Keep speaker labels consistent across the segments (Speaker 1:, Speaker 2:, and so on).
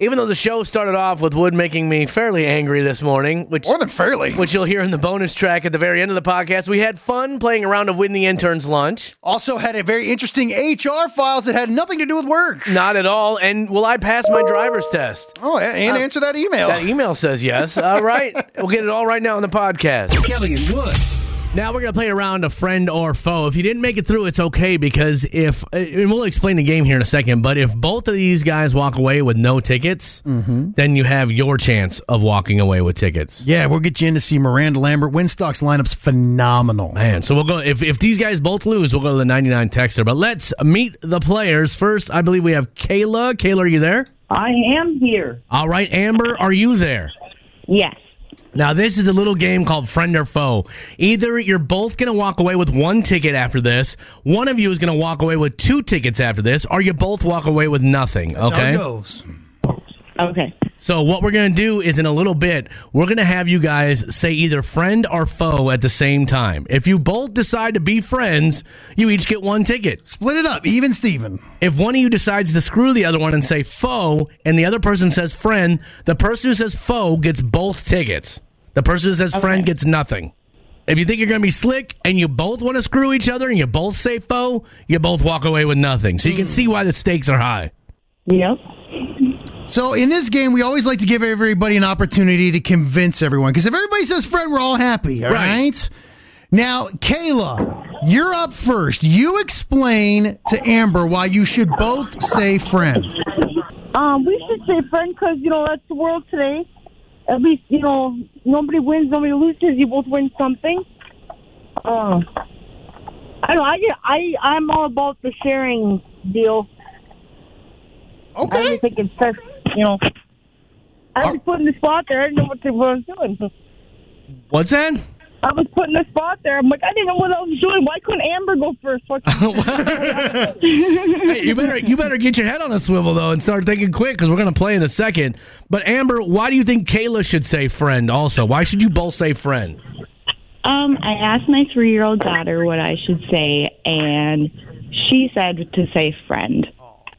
Speaker 1: Even though the show started off with Wood making me fairly angry this morning, which
Speaker 2: More than fairly.
Speaker 1: which you'll hear in the bonus track at the very end of the podcast, we had fun playing around of Win the Intern's Lunch.
Speaker 2: Also had a very interesting HR files that had nothing to do with work.
Speaker 1: Not at all. And will I pass my driver's test?
Speaker 2: Oh, and and answer that e- email.
Speaker 1: That email says yes. All right. We'll get it all right now on the podcast.
Speaker 3: Kelly and Wood.
Speaker 1: Now we're going to play around a friend or foe. If you didn't make it through, it's okay because if, and we'll explain the game here in a second, but if both of these guys walk away with no tickets, then you have your chance of walking away with tickets.
Speaker 2: yeah, we'll get you in to see Miranda Lambert. Winstock's lineup's phenomenal.
Speaker 1: Man, so we'll go, if, if these guys both lose, we'll go to the 99 texter. But let's meet the players. First, I believe we have Kayla. Kayla, are you there?
Speaker 4: I am here.
Speaker 1: All right, Amber, are you there?
Speaker 4: Yes.
Speaker 1: Now, this is a little game called Friend or Foe. Either you're both going to walk away with one ticket after this, one of you is going to walk away with two tickets after this, or you both walk away with nothing. okay?
Speaker 2: goes.
Speaker 4: Okay.
Speaker 1: So, what we're going to do is in a little bit, we're going to have you guys say either friend or foe at the same time. If you both decide to be friends, you each get one ticket.
Speaker 2: Split it up, even Steven.
Speaker 1: If one of you decides to screw the other one and say foe, and the other person says friend, the person who says foe gets both tickets. The person who says friend gets nothing. If you think you're going to be slick and you both want to screw each other and you both say foe, you both walk away with nothing. So you can see why the stakes are high.
Speaker 4: Yep.
Speaker 2: So in this game, we always like to give everybody an opportunity to convince everyone. Because if everybody says friend, we're all happy, all
Speaker 1: Right.
Speaker 2: right. Now, Kayla, you're up first. You explain to Amber why you should both say friend.
Speaker 4: Um, we should say friend because you know that's the world today. At least you know nobody wins, nobody loses. You both win something. Uh, I don't. know, I get. I I'm all about the sharing deal. I
Speaker 2: Okay.
Speaker 4: just think it's tough. You know, I was putting the spot there. I didn't know what, to, what I was doing.
Speaker 1: What's that?
Speaker 4: I was putting the spot there. I'm like, I didn't know what I was doing. Why couldn't Amber go first? Fuck.
Speaker 1: Hey, you better you better get your head on a swivel though and start thinking quick because we're going to play in a second. But Amber, why do you think Kayla should say friend? Also, why should you both say friend?
Speaker 5: Um, I asked my three year old daughter what I should say, and she said to say friend.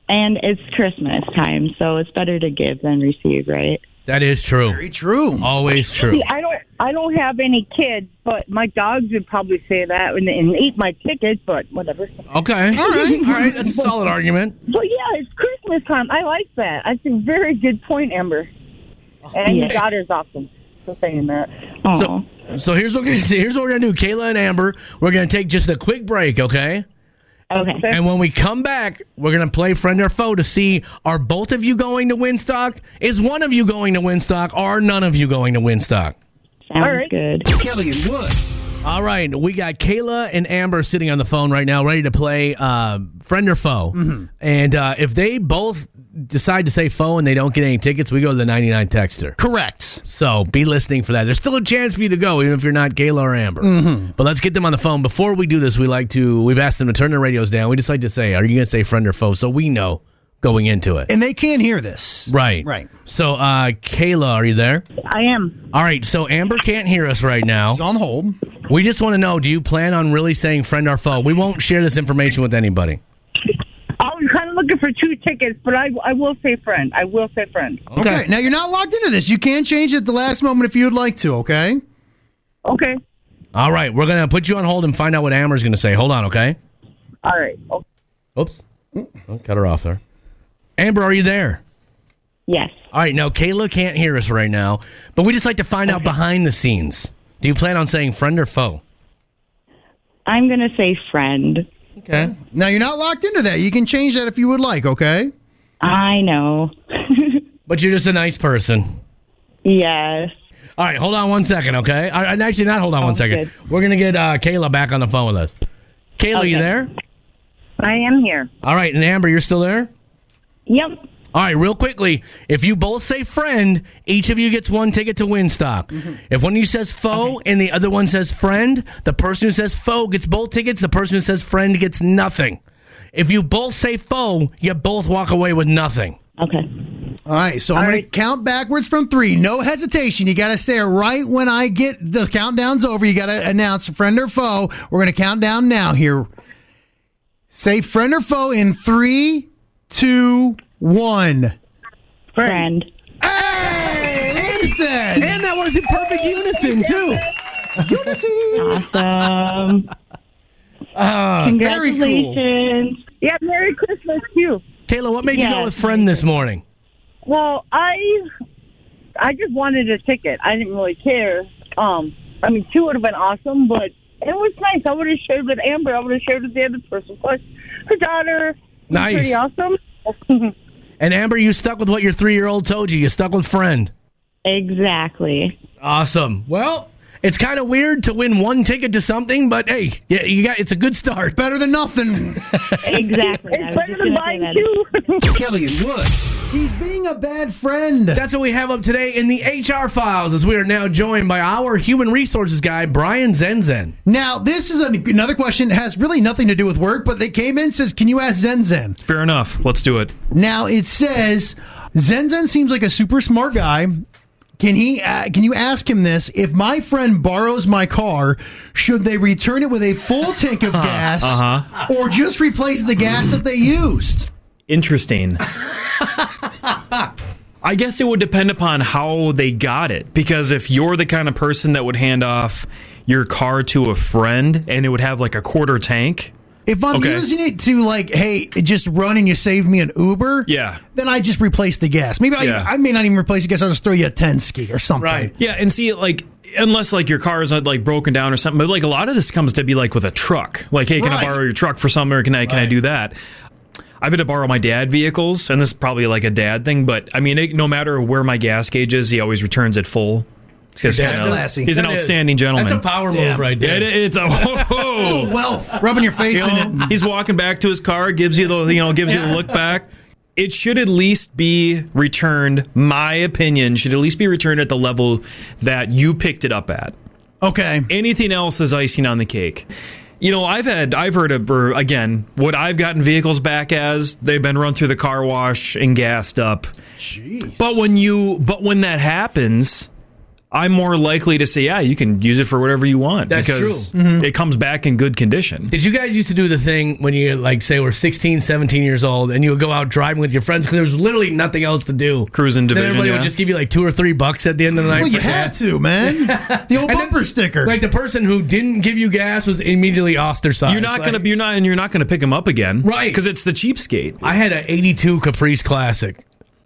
Speaker 5: And it's Christmas time, so it's better to give than receive, right?
Speaker 1: That is true.
Speaker 2: Very true.
Speaker 1: Always true.
Speaker 4: See, I don't, I don't have any kids, but my dogs would probably say that and, and eat my tickets. But whatever.
Speaker 1: Okay. All right. All right. That's a solid argument.
Speaker 4: So yeah, it's Christmas time. I like that. That's a very good point, Amber. And your daughter's awesome for saying that.
Speaker 5: Oh,
Speaker 1: So, so here's what we're gonna, here's what we're gonna do, Kayla and Amber. We're gonna take just a quick break, okay?
Speaker 5: Oh, okay.
Speaker 1: And when we come back, we're gonna play friend or foe to see are both of you going to Winstock? Is one of you going to Winstock? Are none of you going to Winstock?
Speaker 5: Sounds
Speaker 4: all right.
Speaker 5: good.
Speaker 3: Kelly and Wood.
Speaker 1: All right, we got Kayla and Amber sitting on the phone right now, ready to play uh, friend or foe. And uh, if they both decide to say foe and they don't get any tickets, we go to the 99 texter.
Speaker 2: Correct.
Speaker 1: So be listening for that. There's still a chance for you to go, even if you're not Kayla or Amber.
Speaker 2: Mm-hmm.
Speaker 1: But let's get them on the phone. Before we do this, we like to we've asked them to turn their radios down. We just like to say, are you going to say friend or foe? So we know going into it.
Speaker 2: And they can't hear this.
Speaker 1: Right.
Speaker 2: Right.
Speaker 1: So, uh, Kayla, are you there?
Speaker 4: I am.
Speaker 1: All right. So, Amber can't hear us right now.
Speaker 2: It's on hold.
Speaker 1: We just want to know do you plan on really saying friend or foe? We won't share this information with anybody.
Speaker 4: I was kind of looking for two tickets, but I, I will say friend. I will say friend.
Speaker 2: Okay. Now you're not locked into this. You can change it at the last moment if you would like to, okay?
Speaker 4: Okay.
Speaker 1: All right. We're going to put you on hold and find out what Amber's going to say. Hold on, okay?
Speaker 4: All right. Okay.
Speaker 1: Oops. Oh, cut her off there. Amber, are you there?
Speaker 5: Yes.
Speaker 1: All right. Now, Kayla can't hear us right now, but we just like to find out behind the scenes. Do you plan on saying friend or foe?
Speaker 5: I'm going to say friend.
Speaker 1: Okay.
Speaker 2: Now you're not locked into that. You can change that if you would like, okay?
Speaker 5: I know.
Speaker 1: But you're just a nice person.
Speaker 5: yes.
Speaker 1: All right. Hold on one second, okay? All right, actually, not hold on one
Speaker 5: Sounds
Speaker 1: second. We're going to get uh, Kayla back on the phone with us. Kayla, you
Speaker 5: Okay.
Speaker 1: there?
Speaker 4: I am here.
Speaker 1: All right. And Amber, you're still there?
Speaker 5: Yep.
Speaker 1: All right, real quickly, if you both say friend, each of you gets one ticket to Winstock. If one of you says foe and the other one says friend, the person who says foe gets both tickets, the person who says friend gets nothing. If you both say foe, you both walk away with nothing.
Speaker 5: Okay.
Speaker 2: All right, so I'm going to count backwards from three. No hesitation. You got to say it right when I get the countdown's over. You got to announce friend or foe. We're going to count down now here. Say friend or foe in three, two, one.
Speaker 5: Friend.
Speaker 2: Hey, look at that.
Speaker 1: And that was in perfect unison too.
Speaker 5: Awesome. Ah,
Speaker 2: very cool.
Speaker 5: Congratulations.
Speaker 4: Yeah, Merry Christmas to you.
Speaker 1: Kayla, what made you go
Speaker 5: Yeah.
Speaker 1: with friend this morning?
Speaker 4: Well, I I just wanted a ticket. I didn't really care. Um, I mean, two would have been awesome, but it was nice. I would have shared with Amber. I would have shared with the other person. Plus, her daughter. was
Speaker 1: Nice.
Speaker 4: Pretty awesome.
Speaker 1: And Amber, you stuck with what your three year old told you. You stuck with friend.
Speaker 5: Exactly.
Speaker 1: Awesome. Well, it's kind of weird to win one ticket to something, but hey, yeah, you got it's a good start.
Speaker 2: Better than nothing.
Speaker 5: Exactly. I
Speaker 4: it's
Speaker 5: was
Speaker 4: better
Speaker 5: just
Speaker 4: than
Speaker 5: gonna say
Speaker 4: buying
Speaker 5: that.
Speaker 4: two.
Speaker 3: Kelly and Wood.
Speaker 2: He's being a bad friend.
Speaker 1: That's what we have up today in the HR files as we are now joined by our human resources guy, Brian Zenzen.
Speaker 2: Now, this is an, another question. It has really nothing to do with work, but they came in says, "Can you ask Zen Zen?"
Speaker 6: Fair enough. Let's do it.
Speaker 2: Now it says Zen Zen seems like a super smart guy. Can he? Uh, can you ask him this? If my friend borrows my car, should they return it with a full tank
Speaker 6: Uh-huh.
Speaker 2: of gas, or just replace the gas that they used?
Speaker 6: Interesting. I guess it would depend upon how they got it. Because if you're the kind of person that would hand off your car to a friend and it would have like a quarter tank,
Speaker 2: If I'm
Speaker 6: Okay.
Speaker 2: using it to like, hey, just run and you save me an Uber,
Speaker 6: Yeah.
Speaker 2: then I just replace the gas. Maybe I,
Speaker 6: Yeah.
Speaker 2: I may not even replace the gas. I'll just throw you a ten ski or something.
Speaker 1: Right.
Speaker 6: Yeah, and see, like, unless like your car is not like broken down or something, but like a lot of this comes to be like with a truck. Like, hey, can
Speaker 2: Right.
Speaker 6: I borrow your truck for something? Or can I can I do that? I've had to borrow my dad vehicles, and this is probably like a dad thing, but I mean, it, no matter where my gas gauge is, he always returns it full. It's just
Speaker 2: dad's
Speaker 6: kinda-
Speaker 2: classy.
Speaker 6: He's an
Speaker 1: That is-
Speaker 6: outstanding gentleman.
Speaker 1: That's a power move
Speaker 2: Yeah.
Speaker 1: right there.
Speaker 6: It- it's a
Speaker 2: Oh,
Speaker 6: whoa.
Speaker 2: wealth, rubbing your face
Speaker 6: You
Speaker 2: in
Speaker 6: know,
Speaker 2: it.
Speaker 6: he's walking back to his car, gives you the you know gives you the look back. It should at least be returned. My opinion should at least be returned at the level that you picked it up at
Speaker 2: Okay.
Speaker 6: anything else is icing on the cake. You know, I've had, I've heard of, or again, what I've gotten vehicles back as they've been run through the car wash and gassed up.
Speaker 2: Jeez.
Speaker 6: But when you, but when that happens, I'm more likely to say, yeah, you can use it for whatever you want
Speaker 1: That's
Speaker 6: because it comes back in good condition.
Speaker 1: Did you guys used to do the thing when you like say were 16, 17 years old and you would go out driving with your friends because there was literally nothing else to do.
Speaker 6: Cruising
Speaker 1: Then
Speaker 6: division,
Speaker 1: everybody
Speaker 6: yeah.
Speaker 1: would just give you like two or three bucks at the end of the night.
Speaker 2: Well, you
Speaker 1: for gas.
Speaker 2: had to, man. The old
Speaker 1: And
Speaker 2: bumper
Speaker 1: then-
Speaker 2: sticker.
Speaker 1: Like the person who didn't give you gas was immediately ostracized.
Speaker 6: You're not
Speaker 1: Like,
Speaker 6: gonna, you're not, and you're not gonna pick them up again,
Speaker 1: Right.
Speaker 6: Because it's the cheapskate.
Speaker 1: I had an '82 Caprice Classic.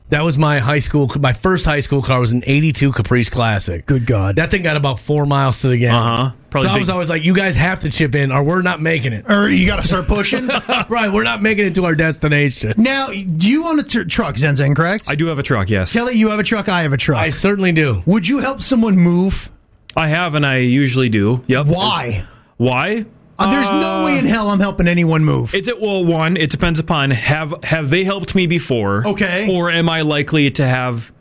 Speaker 1: That was my high school. My first high school car was an '82 Caprice Classic.
Speaker 2: Good God.
Speaker 1: That thing got about four miles to the gallon.
Speaker 6: Uh-huh. Probably
Speaker 1: so I
Speaker 6: big-
Speaker 1: was always like, "You guys have to chip in, or we're not making it.
Speaker 2: or Er, you got to start pushing.
Speaker 1: right? We're not making it to our destination."
Speaker 2: now, do you own a tr- truck, Zen Zen, correct?
Speaker 6: I do have a truck, yes.
Speaker 2: Kelly, you have a truck. I have a truck.
Speaker 1: I certainly do.
Speaker 2: Would you help someone move?
Speaker 6: I have, and I usually do. Yep.
Speaker 2: Why?
Speaker 6: Why?
Speaker 2: Uh, There's no way in hell I'm helping anyone move.
Speaker 6: It's it. Well, one, it depends upon have have they helped me before?
Speaker 2: Okay.
Speaker 6: Or am I likely to have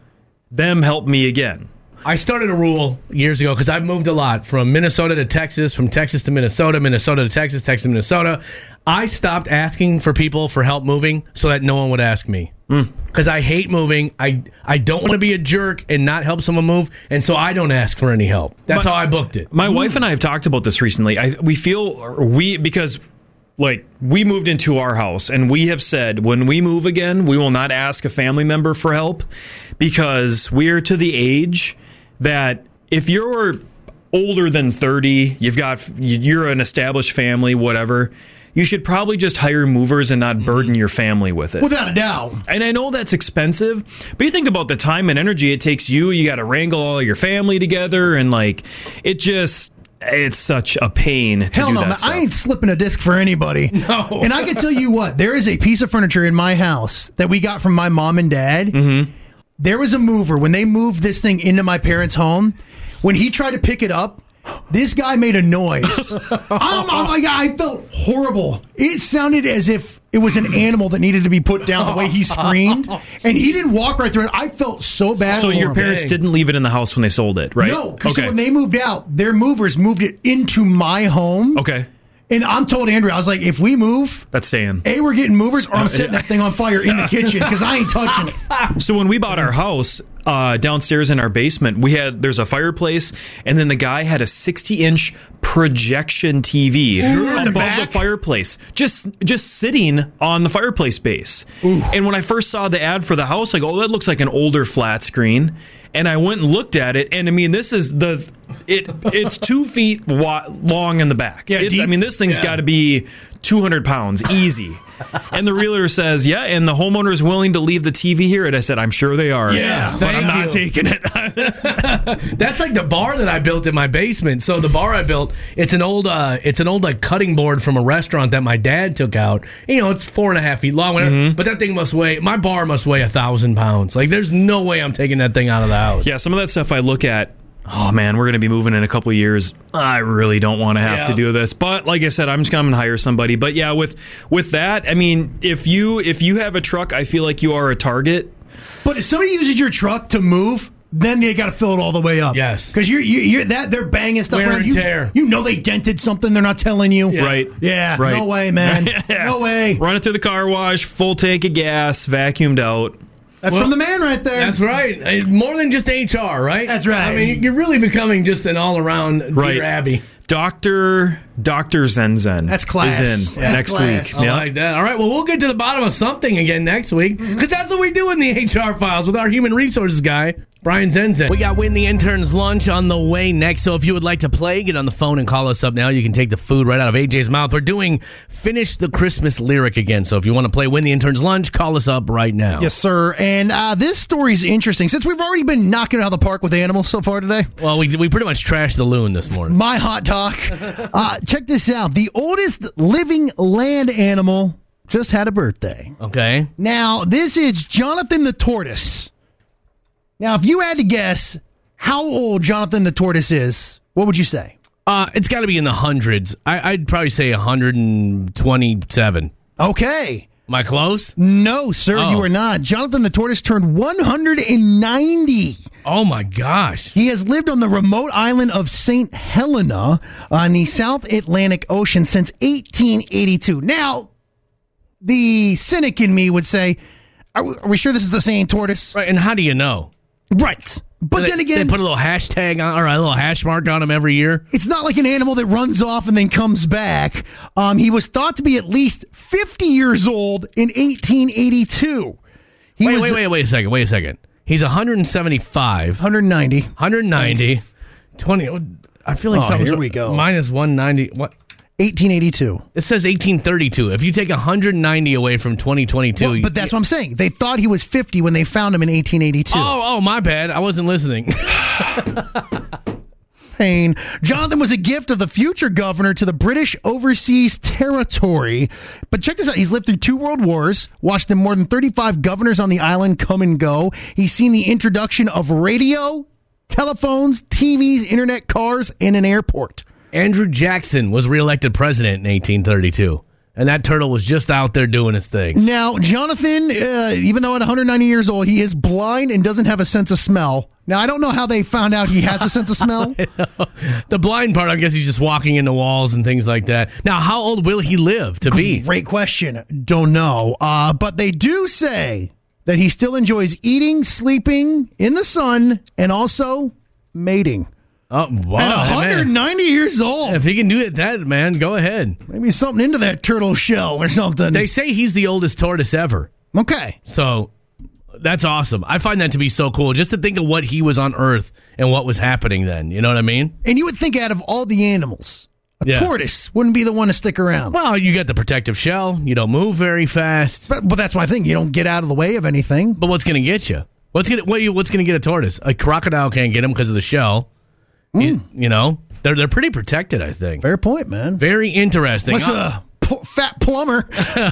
Speaker 6: them help me again?
Speaker 1: I started a rule years ago because I've moved a lot from Minnesota to Texas, from Texas to Minnesota, Minnesota to Texas, Texas to Minnesota. I stopped asking for people for help moving so that no one would ask me
Speaker 6: Hmm.
Speaker 1: because I hate moving. I I don't want to be a jerk and not help someone move, and so I don't ask for any help. That's
Speaker 6: My-
Speaker 1: how I booked it.
Speaker 6: My wife and I have talked about this recently. I we feel or we because like we moved into our house and we have said when we move again, we will not ask a family member for help because we're to the age that if you're older than 30, you've got you're an established family, whatever, you should probably just hire movers and not burden your family with it.
Speaker 2: Without a doubt.
Speaker 6: And I know that's expensive, but you think about the time and energy it takes you. You got to wrangle all your family together, and like, it just. It's such a pain to
Speaker 2: Hell
Speaker 6: do
Speaker 2: no,
Speaker 6: that
Speaker 2: man.
Speaker 6: stuff.
Speaker 2: I ain't slipping a disc for anybody. No. And I can tell you what, there is a piece of furniture in my house that we got from my mom and dad.
Speaker 6: Mm-hmm.
Speaker 2: There was a mover when they moved this thing into my parents' home. When he tried to pick it up, this guy made a noise. I'm, I'm like, I felt horrible. It sounded as if it was an animal that needed to be put down the way he screamed. And he didn't walk right through it. I felt so bad.
Speaker 6: so
Speaker 2: for
Speaker 6: your
Speaker 2: him.
Speaker 6: parents
Speaker 1: Dang.
Speaker 6: didn't leave it in the house when they sold it, right?
Speaker 2: No, because
Speaker 6: Okay.
Speaker 2: when they moved out, their movers moved it into my home.
Speaker 6: okay.
Speaker 2: And I'm told Andrew, I was like, if we move,
Speaker 6: That's staying.
Speaker 2: A, we're getting movers, or I'm setting that thing on fire in the kitchen because I ain't touching it.
Speaker 6: So when we bought our house uh, downstairs in our basement, we had there's a fireplace, and then the guy had a 60 inch projection TV
Speaker 2: in the
Speaker 6: above the,
Speaker 2: back?
Speaker 6: fireplace, just just sitting on the fireplace base. And when I first saw the ad for the house, I go, "Oh, that looks like an older flat screen." And I went and looked at it, and I mean, this is the it it's two feet wa- long in the back.
Speaker 2: Yeah,
Speaker 6: it's, I
Speaker 2: deep.
Speaker 6: mean, this thing's got to be 200 pounds easy. and the realtor says, "Yeah," and the homeowner is willing to leave the TV here. And I said, "I'm sure they are."
Speaker 1: Yeah,
Speaker 6: but I'm
Speaker 1: thank
Speaker 6: not
Speaker 1: you.
Speaker 6: taking it.
Speaker 1: That's like the bar that I built in my basement. So the bar I built, it's an old, uh, it's an old like cutting board from a restaurant that my dad took out. You know, it's four and a half feet long, whatever. But that thing must weigh. My bar must weigh a thousand pounds. Like, there's no way I'm taking that thing out of the house.
Speaker 6: Yeah, some of that stuff I look at. Oh man, we're gonna be moving in a couple of years. I really don't want to have
Speaker 1: Yeah.
Speaker 6: to do this, but like I said, I'm just gonna hire somebody. But yeah, with with that, I mean, if you if you have a truck, I feel like you are a target.
Speaker 2: But if somebody uses your truck to move, then they got to fill it all the way up.
Speaker 1: Yes.
Speaker 2: because you're, you're you're that they're banging stuff
Speaker 1: Wear
Speaker 2: around.
Speaker 1: and
Speaker 2: you,
Speaker 1: tear.
Speaker 2: you know they dented something. They're not telling you.
Speaker 1: Yeah.
Speaker 6: Right.
Speaker 2: Yeah.
Speaker 6: Right.
Speaker 2: No way, man. No way.
Speaker 6: Run it through the car wash, full tank of gas, vacuumed out.
Speaker 2: That's from the man right there.
Speaker 1: That's right. It's More than just HR, right?
Speaker 2: That's right.
Speaker 1: I mean, you're really becoming just an all around
Speaker 6: Right.
Speaker 1: Dear Abby.
Speaker 6: Doctor Doctor Zen Zen.
Speaker 2: That's class.
Speaker 6: Is in
Speaker 2: That's
Speaker 6: next
Speaker 2: class.
Speaker 6: week.
Speaker 1: I like that. All right. Well, we'll get to the bottom of something again next week because that's what we do in the HR files with our human resources guy. Brian Zenzen. We got Win the Intern's Lunch on the way next. So if you would like to play, get on the phone and call us up now. You can take the food right out of AJ's mouth. We're doing Finish the Christmas Lyric again. So if you want to play Win the Intern's Lunch, call us up right now.
Speaker 2: Yes, sir. And uh, this story's interesting. Since we've already been knocking it out of the park with animals so far today,
Speaker 1: Well, we, we pretty much trashed the loon this morning.
Speaker 2: my hot talk. Uh, check this out. The oldest living land animal just had a birthday.
Speaker 1: Okay.
Speaker 2: Now, this is Jonathan the tortoise. Now, if you had to guess how old Jonathan the tortoise is, what would you say?
Speaker 1: Uh, it's got to be in the hundreds. I, I'd probably say 127.
Speaker 2: Okay.
Speaker 1: Am I close?
Speaker 2: No, sir,
Speaker 1: Oh.
Speaker 2: you are not. Jonathan the tortoise turned 190.
Speaker 1: Oh my gosh.
Speaker 2: He has lived on the remote island of St. Helena on the South Atlantic Ocean since 1882. Now, the cynic in me would say, are we, are we sure this is the same tortoise?
Speaker 1: Right. And how do you know?
Speaker 2: Right. But
Speaker 1: They-
Speaker 2: then again,
Speaker 1: they put a little hashtag on, or a little hash mark on them every year.
Speaker 2: it's not like an animal that runs off and then comes back. Um, he was thought to be at least 50 years old in 1882. He
Speaker 1: Wait,
Speaker 2: was
Speaker 1: wait, wait, wait a second. Wait a second. He's 175,
Speaker 2: 190.
Speaker 1: 190, 20. I feel like
Speaker 2: Oh,
Speaker 1: something's
Speaker 2: here we go.
Speaker 1: Minus 190. What?
Speaker 2: 1882.
Speaker 1: It says 1832. If you take 190 away from 2022,
Speaker 2: Well, but that's what I'm saying. They thought he was 50 when they found him in 1882.
Speaker 1: Oh, oh, my bad. I wasn't listening.
Speaker 2: Pain. Jonathan was a gift of the future governor to the British Overseas Territory. But check this out. He's lived through two world wars, watched more than 35 governors on the island come and go. He's seen the introduction of radio, telephones, TVs, internet, cars, and an airport.
Speaker 1: Andrew Jackson was reelected president in 1832, and that turtle was just out there doing his thing.
Speaker 2: Now, Jonathan, uh, even though at 190 years old, he is blind and doesn't have a sense of smell. Now, I don't know how they found out he has a sense of smell.
Speaker 1: The blind part, I guess, he's just walking into walls and things like that. Now, how old will he live to be?
Speaker 2: Great question. Don't know. Uh, but they do say that he still enjoys eating, sleeping in the sun, and also mating.
Speaker 1: Oh, wow,
Speaker 2: At
Speaker 1: man.
Speaker 2: 190 years old.
Speaker 1: If he can do it, that man, go ahead.
Speaker 2: Maybe something into that turtle shell or something.
Speaker 1: They say he's the oldest tortoise ever,
Speaker 2: Okay.
Speaker 1: so that's awesome. I find that to be so cool. Just to think of what he was on Earth and what was happening then. You know what I mean?
Speaker 2: And you would think out of all the animals, a
Speaker 1: Yeah.
Speaker 2: tortoise wouldn't be the one to stick around.
Speaker 1: Well, you got the protective shell. You don't move very fast.
Speaker 2: But, but that's my thing. You don't get out of the way of anything.
Speaker 1: But what's going to get you? What's going to what, you- what's going to get a tortoise? A crocodile can't get him because of the shell. He's- You know, they're they're pretty protected. I think.
Speaker 2: Fair point, man.
Speaker 1: Very interesting. Uh,
Speaker 2: Unless a p- fat plumber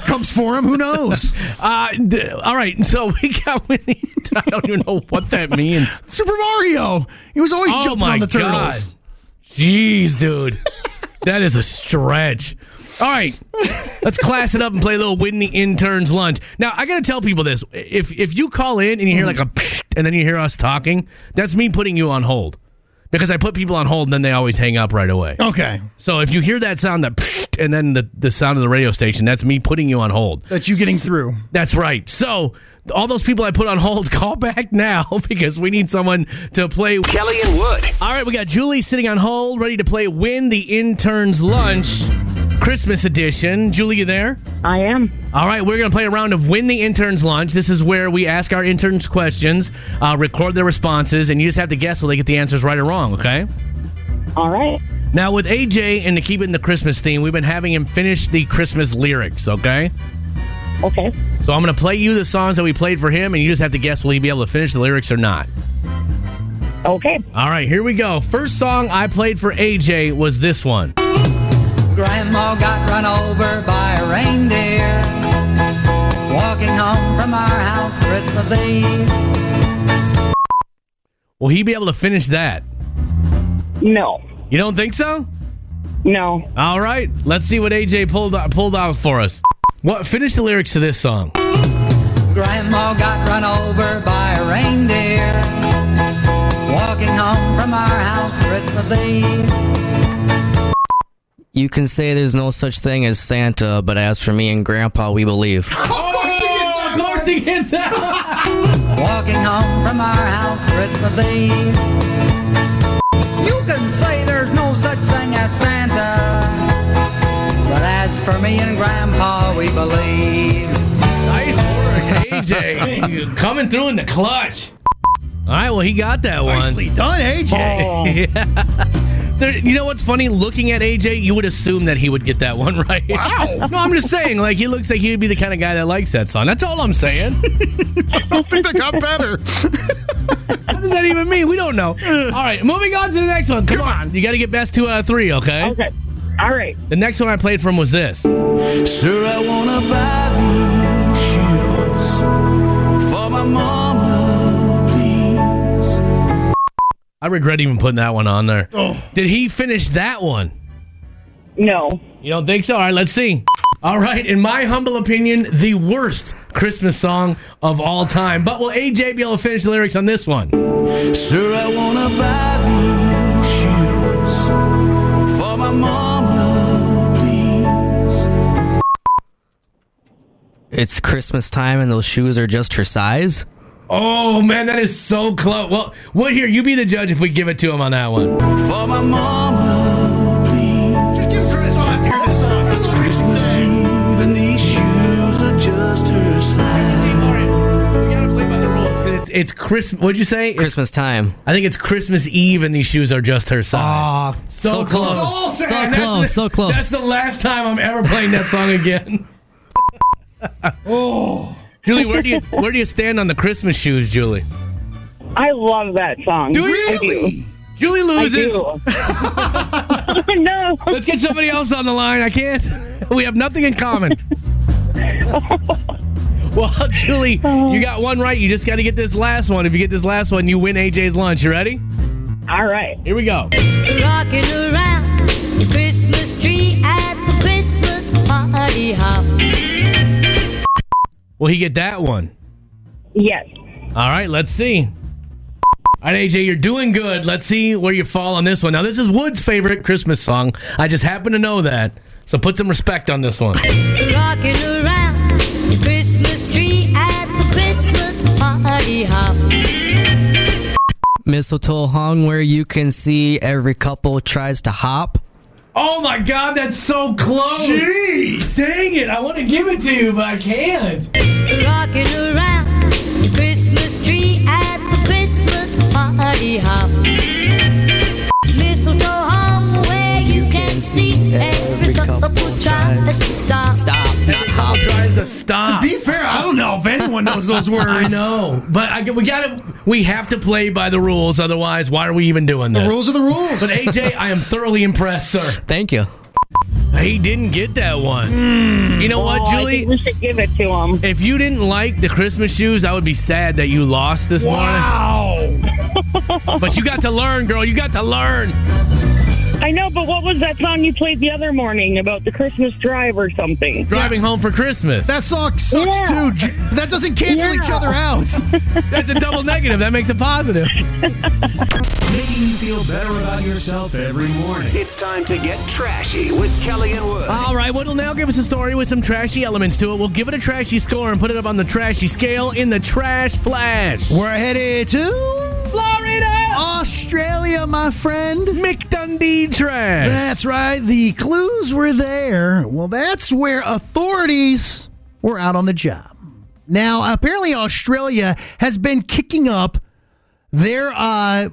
Speaker 2: comes for him, who knows?
Speaker 1: Uh, d- all right, so we got Winnie. I don't even know what that means.
Speaker 2: Super Mario. He was always
Speaker 1: oh
Speaker 2: jumping
Speaker 1: my
Speaker 2: on the turtles.
Speaker 1: god! Jeez, dude, that is a stretch. All right, let's class it up and play a little Whitney interns lunch. Now I gotta tell people this: if if you call in and you hear like a psh, and then you hear us talking, that's me putting you on hold. because I put people on hold and then they always hang up right away.
Speaker 2: Okay.
Speaker 1: So if you hear that sound, that psh, and then the, the sound of the radio station, that's me putting you on hold.
Speaker 2: That's you getting through.
Speaker 1: That's right. So all those people I put on hold, call back now because we need someone to play.
Speaker 3: Kelly and Wood.
Speaker 1: All right, we got Julie sitting on hold, ready to play Win the Intern's Lunch, Christmas edition. Julie, you there?
Speaker 5: I am.
Speaker 1: All right, we're going to play a round of Win the Intern's Lunch. This is where we ask our interns questions, uh, record their responses, and you just have to guess will they get the answers right or wrong, okay?
Speaker 5: All right.
Speaker 1: Now, with AJ and to keep it in the Christmas theme, we've been having him finish the Christmas lyrics, okay?
Speaker 5: Okay.
Speaker 1: So I'm going to play you the songs that we played for him, and you just have to guess will he be able to finish the lyrics or not.
Speaker 5: Okay.
Speaker 1: All right, here we go. First song I played for AJ was this one.
Speaker 7: Grandma got run over by a reindeer. Walking home from our house Christmas Eve.
Speaker 1: Will he be able to finish that?
Speaker 5: No.
Speaker 1: You don't think so?
Speaker 5: No.
Speaker 1: All right, let's see what AJ pulled pulled out for us. What? Finish the lyrics to this song.
Speaker 7: Grandma got run over by a reindeer. Walking home from our house Christmas Eve.
Speaker 8: You can say there's no such thing as Santa, but as for me and Grandpa, we believe.
Speaker 1: Of course he gets out. Oh, Of course he gets out.
Speaker 7: Walking home from our house Christmas Eve. You can say there's no such thing as Santa. But as for me and Grandpa, we believe.
Speaker 1: Nice work, AJ. You Coming through in the clutch. All right, well he got that one.
Speaker 2: Nicely done, AJ.
Speaker 1: Oh. There, you know what's funny? Looking at AJ, you would assume that he would get that one right. Wow. no, I'm just saying, like, he looks like he would be the kind of guy that likes that song. That's all I'm saying.
Speaker 6: think I got better.
Speaker 1: what does that even mean? We don't know. All right, moving on to the next one. Come, on. You got to get best two out of three, okay?
Speaker 5: Okay. All right.
Speaker 1: The next one I played from was this.
Speaker 7: Sure, I wanna buy these shoes for my mama, please.
Speaker 1: I regret even putting that one on there. Did he finish that one?
Speaker 5: No.
Speaker 1: You don't think so? All right, let's see. All right, in my humble opinion, the worst Christmas song of all time. But will AJ be able to finish the lyrics on this one?
Speaker 7: Sure, I wanna buy these shoes for my mama, please.
Speaker 8: It's Christmas time and those shoes are just her size.
Speaker 1: Oh man, that is so close. Well, what here? You be the judge if we give it to him on that one.
Speaker 7: For my mama, please.
Speaker 2: Just give credit so I have to hear this song. That's what I'm
Speaker 7: Christmas
Speaker 2: saying.
Speaker 7: Eve, and these shoes are just her size.
Speaker 1: We gotta play by the rules 'cause it's it's Christmas. What'd you say? It's-
Speaker 8: Christmas time.
Speaker 1: I think it's Christmas Eve, and these shoes are just her size.
Speaker 8: Ah,
Speaker 1: so, close,
Speaker 2: all
Speaker 1: so
Speaker 2: sad.
Speaker 1: close,
Speaker 8: That's
Speaker 1: so
Speaker 8: the-
Speaker 1: close. That's the last time I'm ever playing that song again. oh, Julie, where do you where do you stand on the Christmas shoes, Julie?
Speaker 5: I love that song.
Speaker 1: Do you? Julie
Speaker 5: I
Speaker 1: loses.
Speaker 5: do. no.
Speaker 1: Let's get somebody else on the line. I can't. We have nothing in common. well, Julie, you got one right. You just got to get this last one. If you get this last one, you win AJ's lunch. You ready?
Speaker 5: All right.
Speaker 1: Here we go.
Speaker 9: Rocking around the Christmas tree at the Christmas party hop.
Speaker 1: Will he get that one?
Speaker 5: Yes.
Speaker 1: All right, let's see. All right, AJ, you're doing good. Let's see where you fall on this one. Now, this is Wood's favorite Christmas song. I just happen to know that. So put some respect on this one.
Speaker 9: Rocking around the Christmas tree at the Christmas party hop.
Speaker 8: mistletoe hung where you can see every couple tries to hop.
Speaker 1: Oh my god, that's so close. Jeez. Dang it. I want to give it to you, but I can't.
Speaker 9: Rocking around the Christmas tree at the Christmas party hop. Mistletoe hung where you can see every couple tries to stop.
Speaker 8: Stop, not hop.
Speaker 1: Tries to stop.
Speaker 2: Be fair. I don't know if anyone knows those words.
Speaker 1: I know, but I, we got to we have to play by the rules. Otherwise, why are we even doing this?
Speaker 2: The rules are the rules.
Speaker 1: But AJ, I am thoroughly impressed, sir.
Speaker 8: Thank you.
Speaker 1: He didn't get that one. you know what,
Speaker 5: I think
Speaker 1: Julie?
Speaker 5: we should give it to him.
Speaker 1: If you didn't like the Christmas shoes, I would be sad that you lost this
Speaker 2: wow.
Speaker 1: morning. But you got to learn, girl. You got to learn.
Speaker 4: I know, but what was that song you played the other morning about the Christmas drive or something?
Speaker 1: Driving home for Christmas.
Speaker 2: That song sucks
Speaker 4: Yeah.
Speaker 2: too. J- That doesn't cancel each
Speaker 4: Yeah.
Speaker 2: other out.
Speaker 1: That's a double negative. That makes it positive.
Speaker 3: Making you feel better about yourself every morning.
Speaker 10: It's time to get trashy with Kelly and Wood.
Speaker 1: All right, Wood'll now give us a story with some trashy elements to it. We'll give it a trashy score and put it up on the trashy scale in the trash flash.
Speaker 2: We're headed to
Speaker 1: Florida!
Speaker 2: Australia, my friend.
Speaker 1: Mick Dundee trash.
Speaker 2: That's right. The clues were there. Well, that's where authorities were out on the job. Now, apparently, Australia has been kicking up their uh,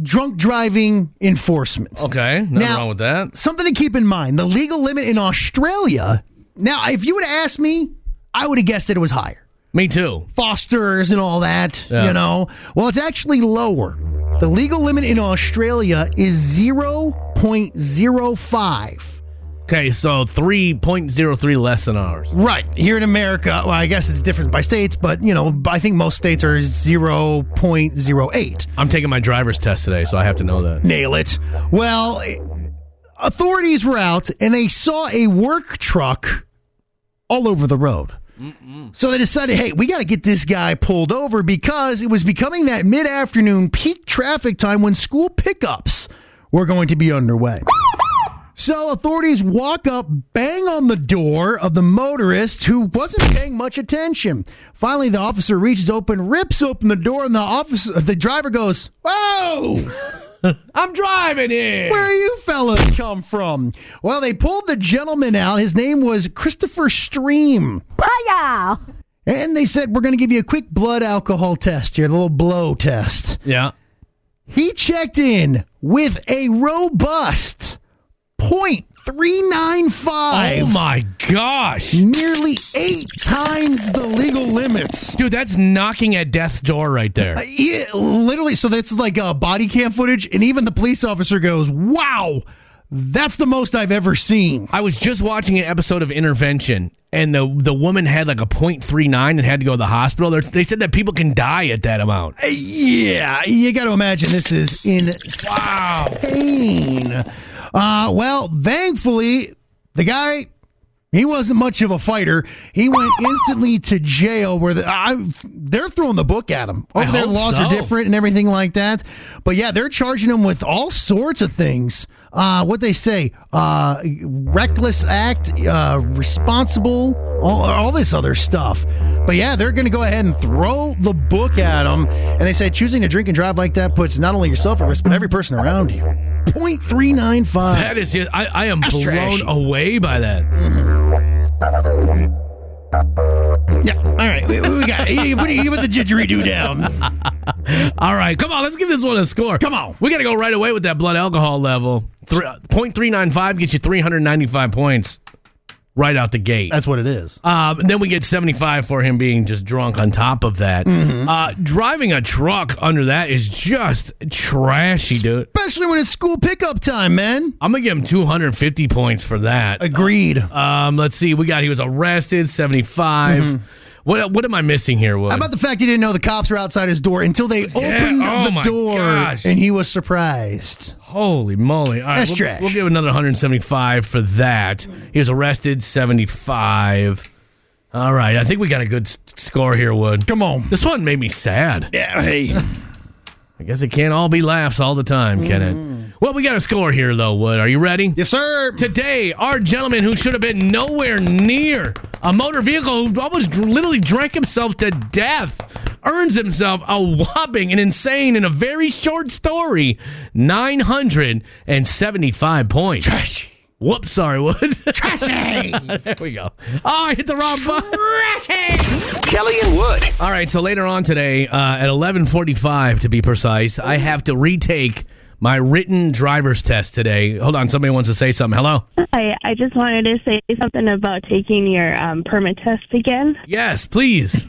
Speaker 2: drunk driving enforcement.
Speaker 1: Okay, nothing
Speaker 2: Now-
Speaker 1: wrong with that.
Speaker 2: Something to keep in mind the legal limit in Australia. Now, if you would have asked me, I would have guessed that it was higher.
Speaker 1: Me too.
Speaker 2: fosters and all that,
Speaker 1: Yeah.
Speaker 2: you know. Well, it's actually lower. The legal limit in Australia is 0.05.
Speaker 1: Okay, so 3.03 less than ours.
Speaker 2: Right. Here in America, well, I guess it's different by states, but, you know, I think most states are 0.08.
Speaker 1: I'm taking my driver's test today, so I have to know that.
Speaker 2: Nail it. Well, authorities were out and they saw a work truck all over the road. So they decided, hey, we got to get this guy pulled over because it was becoming that mid afternoon peak traffic time when school pickups were going to be underway. So authorities walk up, bang on the door of the motorist who wasn't paying much attention. Finally, the officer reaches open, rips open the door, and the officer, the driver goes, "Whoa!"
Speaker 1: I'm driving here.
Speaker 2: Where you fellas come from? Well, they pulled the gentleman out. His name was Christopher Stream. And they said, We're going to give you a quick blood alcohol test here, the little blow test.
Speaker 1: Yeah.
Speaker 2: He checked in with a robust
Speaker 1: Oh
Speaker 2: 0.395,
Speaker 1: my gosh.
Speaker 2: nearly eight times the legal limits.
Speaker 1: Dude, that's knocking at death's door right there.
Speaker 2: Yeah, literally. So that's like uh, body cam footage. And even the police officer goes, Wow, that's the most I've ever seen.
Speaker 1: I was just watching an episode of Intervention, and the the woman had like a .39 and had to go to the hospital. They're- They said that people can die at that amount.
Speaker 2: Yeah, you got to imagine this is insane. Uh, well, thankfully, the guy he wasn't much of a fighter. He went instantly to jail where the, I, they're throwing the book at him. Over there,
Speaker 1: hope
Speaker 2: laws are
Speaker 1: so.
Speaker 2: different and everything like that. But yeah, they're charging him with all sorts of things. Uh, what they say, uh, reckless act, uh, responsible, all, all this other stuff. But yeah, they're going to go ahead and throw the book at him. And they say choosing to drink and drive like that puts not only yourself at risk, but every person around you. 0.395.
Speaker 1: That is just, I, I am blown
Speaker 2: trash.
Speaker 1: away by that.
Speaker 2: Yeah. All right. We, we got it. You put, you put the didgeridoo down.
Speaker 1: All right, come on, let's give this one a score.
Speaker 2: Come on.
Speaker 1: We got to go right away with that blood alcohol level. Three, 0.395 gets you 395 points right out the gate.
Speaker 2: That's what it is.
Speaker 1: Um, then we get 75 for him being just drunk on top of that.
Speaker 2: Mm-hmm.
Speaker 1: Uh, driving a truck under that is just trashy, dude.
Speaker 2: Especially when it's school pickup time, man.
Speaker 1: I'm going to give him 250 points for that.
Speaker 2: Agreed. How
Speaker 1: Um, let's see. We got he was arrested, 75. What what am I missing here? Wood?
Speaker 2: Mm-hmm. about the fact he didn't know the cops were outside his door until they opened
Speaker 1: oh
Speaker 2: the
Speaker 1: my
Speaker 2: door
Speaker 1: gosh.
Speaker 2: and he was surprised?
Speaker 1: Holy moly. All right,
Speaker 2: That's
Speaker 1: we'll,
Speaker 2: trash.
Speaker 1: we'll give another 175 for that. He was arrested, 75. All right. I think we got a good s- score here, Wood.
Speaker 2: Come on.
Speaker 1: This one made me sad.
Speaker 2: Yeah, hey.
Speaker 1: I guess it can't all be laughs all the time, can
Speaker 2: Mm-hmm.
Speaker 1: it? Well, we got a score here, though, Wood. Are you ready?
Speaker 2: Yes, sir.
Speaker 1: Today, our gentleman who should have been nowhere near a motor vehicle who almost dr- literally drank himself to death earns himself a whopping and insane in a very short story 975 points.
Speaker 2: Trashy.
Speaker 1: Whoops, sorry, Wood.
Speaker 2: Trashy.
Speaker 1: there we go. Oh, I hit the wrong button.
Speaker 10: Kelly and Wood.
Speaker 1: All right, so later on today, uh, at 11:45 to be precise, I have to retake my written driver's test today. Hold on, somebody wants to say something. Hello.
Speaker 5: I, I just wanted to say something about taking your um, permit test again.
Speaker 1: Yes, please.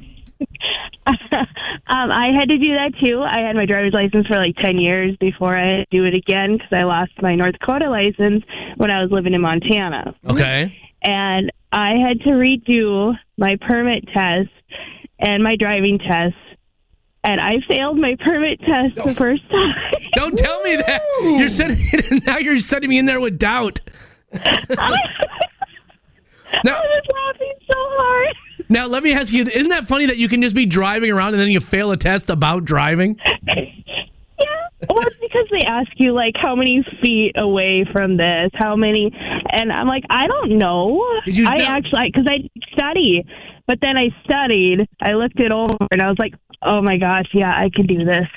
Speaker 5: Um, I had to do that too. I had my driver's license for like 10 years before I had to do it again because I lost my North Dakota license when I was living in Montana.
Speaker 1: Okay.
Speaker 5: And I had to redo my permit test and my driving test. And I failed my permit test the first time.
Speaker 1: Don't tell me that. You're sending me now. You're sending me in there with doubt. now,
Speaker 4: laughing so hard.
Speaker 1: now let me ask you. Isn't that funny that you can just be driving around and then you fail a test about driving?
Speaker 11: Yeah. Well, it's because they ask you like how many feet away from this, how many, and I'm like, I don't know.
Speaker 1: Did you
Speaker 11: I
Speaker 1: know-
Speaker 11: actually because I study, but then I studied. I looked it over and I was like, oh my gosh, yeah, I can do this.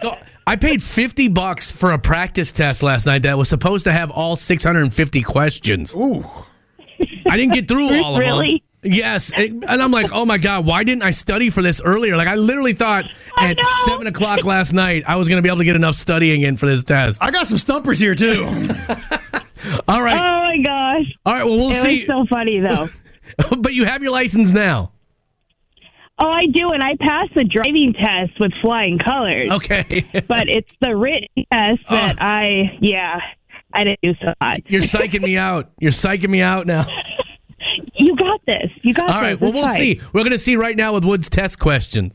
Speaker 1: So I paid fifty bucks for a practice test last night that was supposed to have all six hundred and fifty questions.
Speaker 2: Ooh.
Speaker 1: I didn't get through all of
Speaker 11: Really?
Speaker 1: them. Yes, and and I'm like, oh my god, why didn't I study for this earlier? Like I literally thought at seven o'clock last night I was going to be able to get enough studying in for this test.
Speaker 2: I got some stumpers here too.
Speaker 1: All
Speaker 11: Oh
Speaker 1: right,
Speaker 11: my gosh,
Speaker 1: all right. Well, we'll
Speaker 11: it was
Speaker 1: see.
Speaker 11: so funny though.
Speaker 1: but you have your license now.
Speaker 11: oh, I do, and I passed the driving test with flying colors.
Speaker 1: Okay, Oh.
Speaker 11: But it's the written test that I, yeah, I didn't do so hot.
Speaker 1: you're psyching me out. You're psyching me out now.
Speaker 11: You got this. You got
Speaker 1: All
Speaker 11: this.
Speaker 1: right. Well,
Speaker 11: It's
Speaker 1: we'll
Speaker 11: fine.
Speaker 1: see. We're going to see right now with Wood's test question.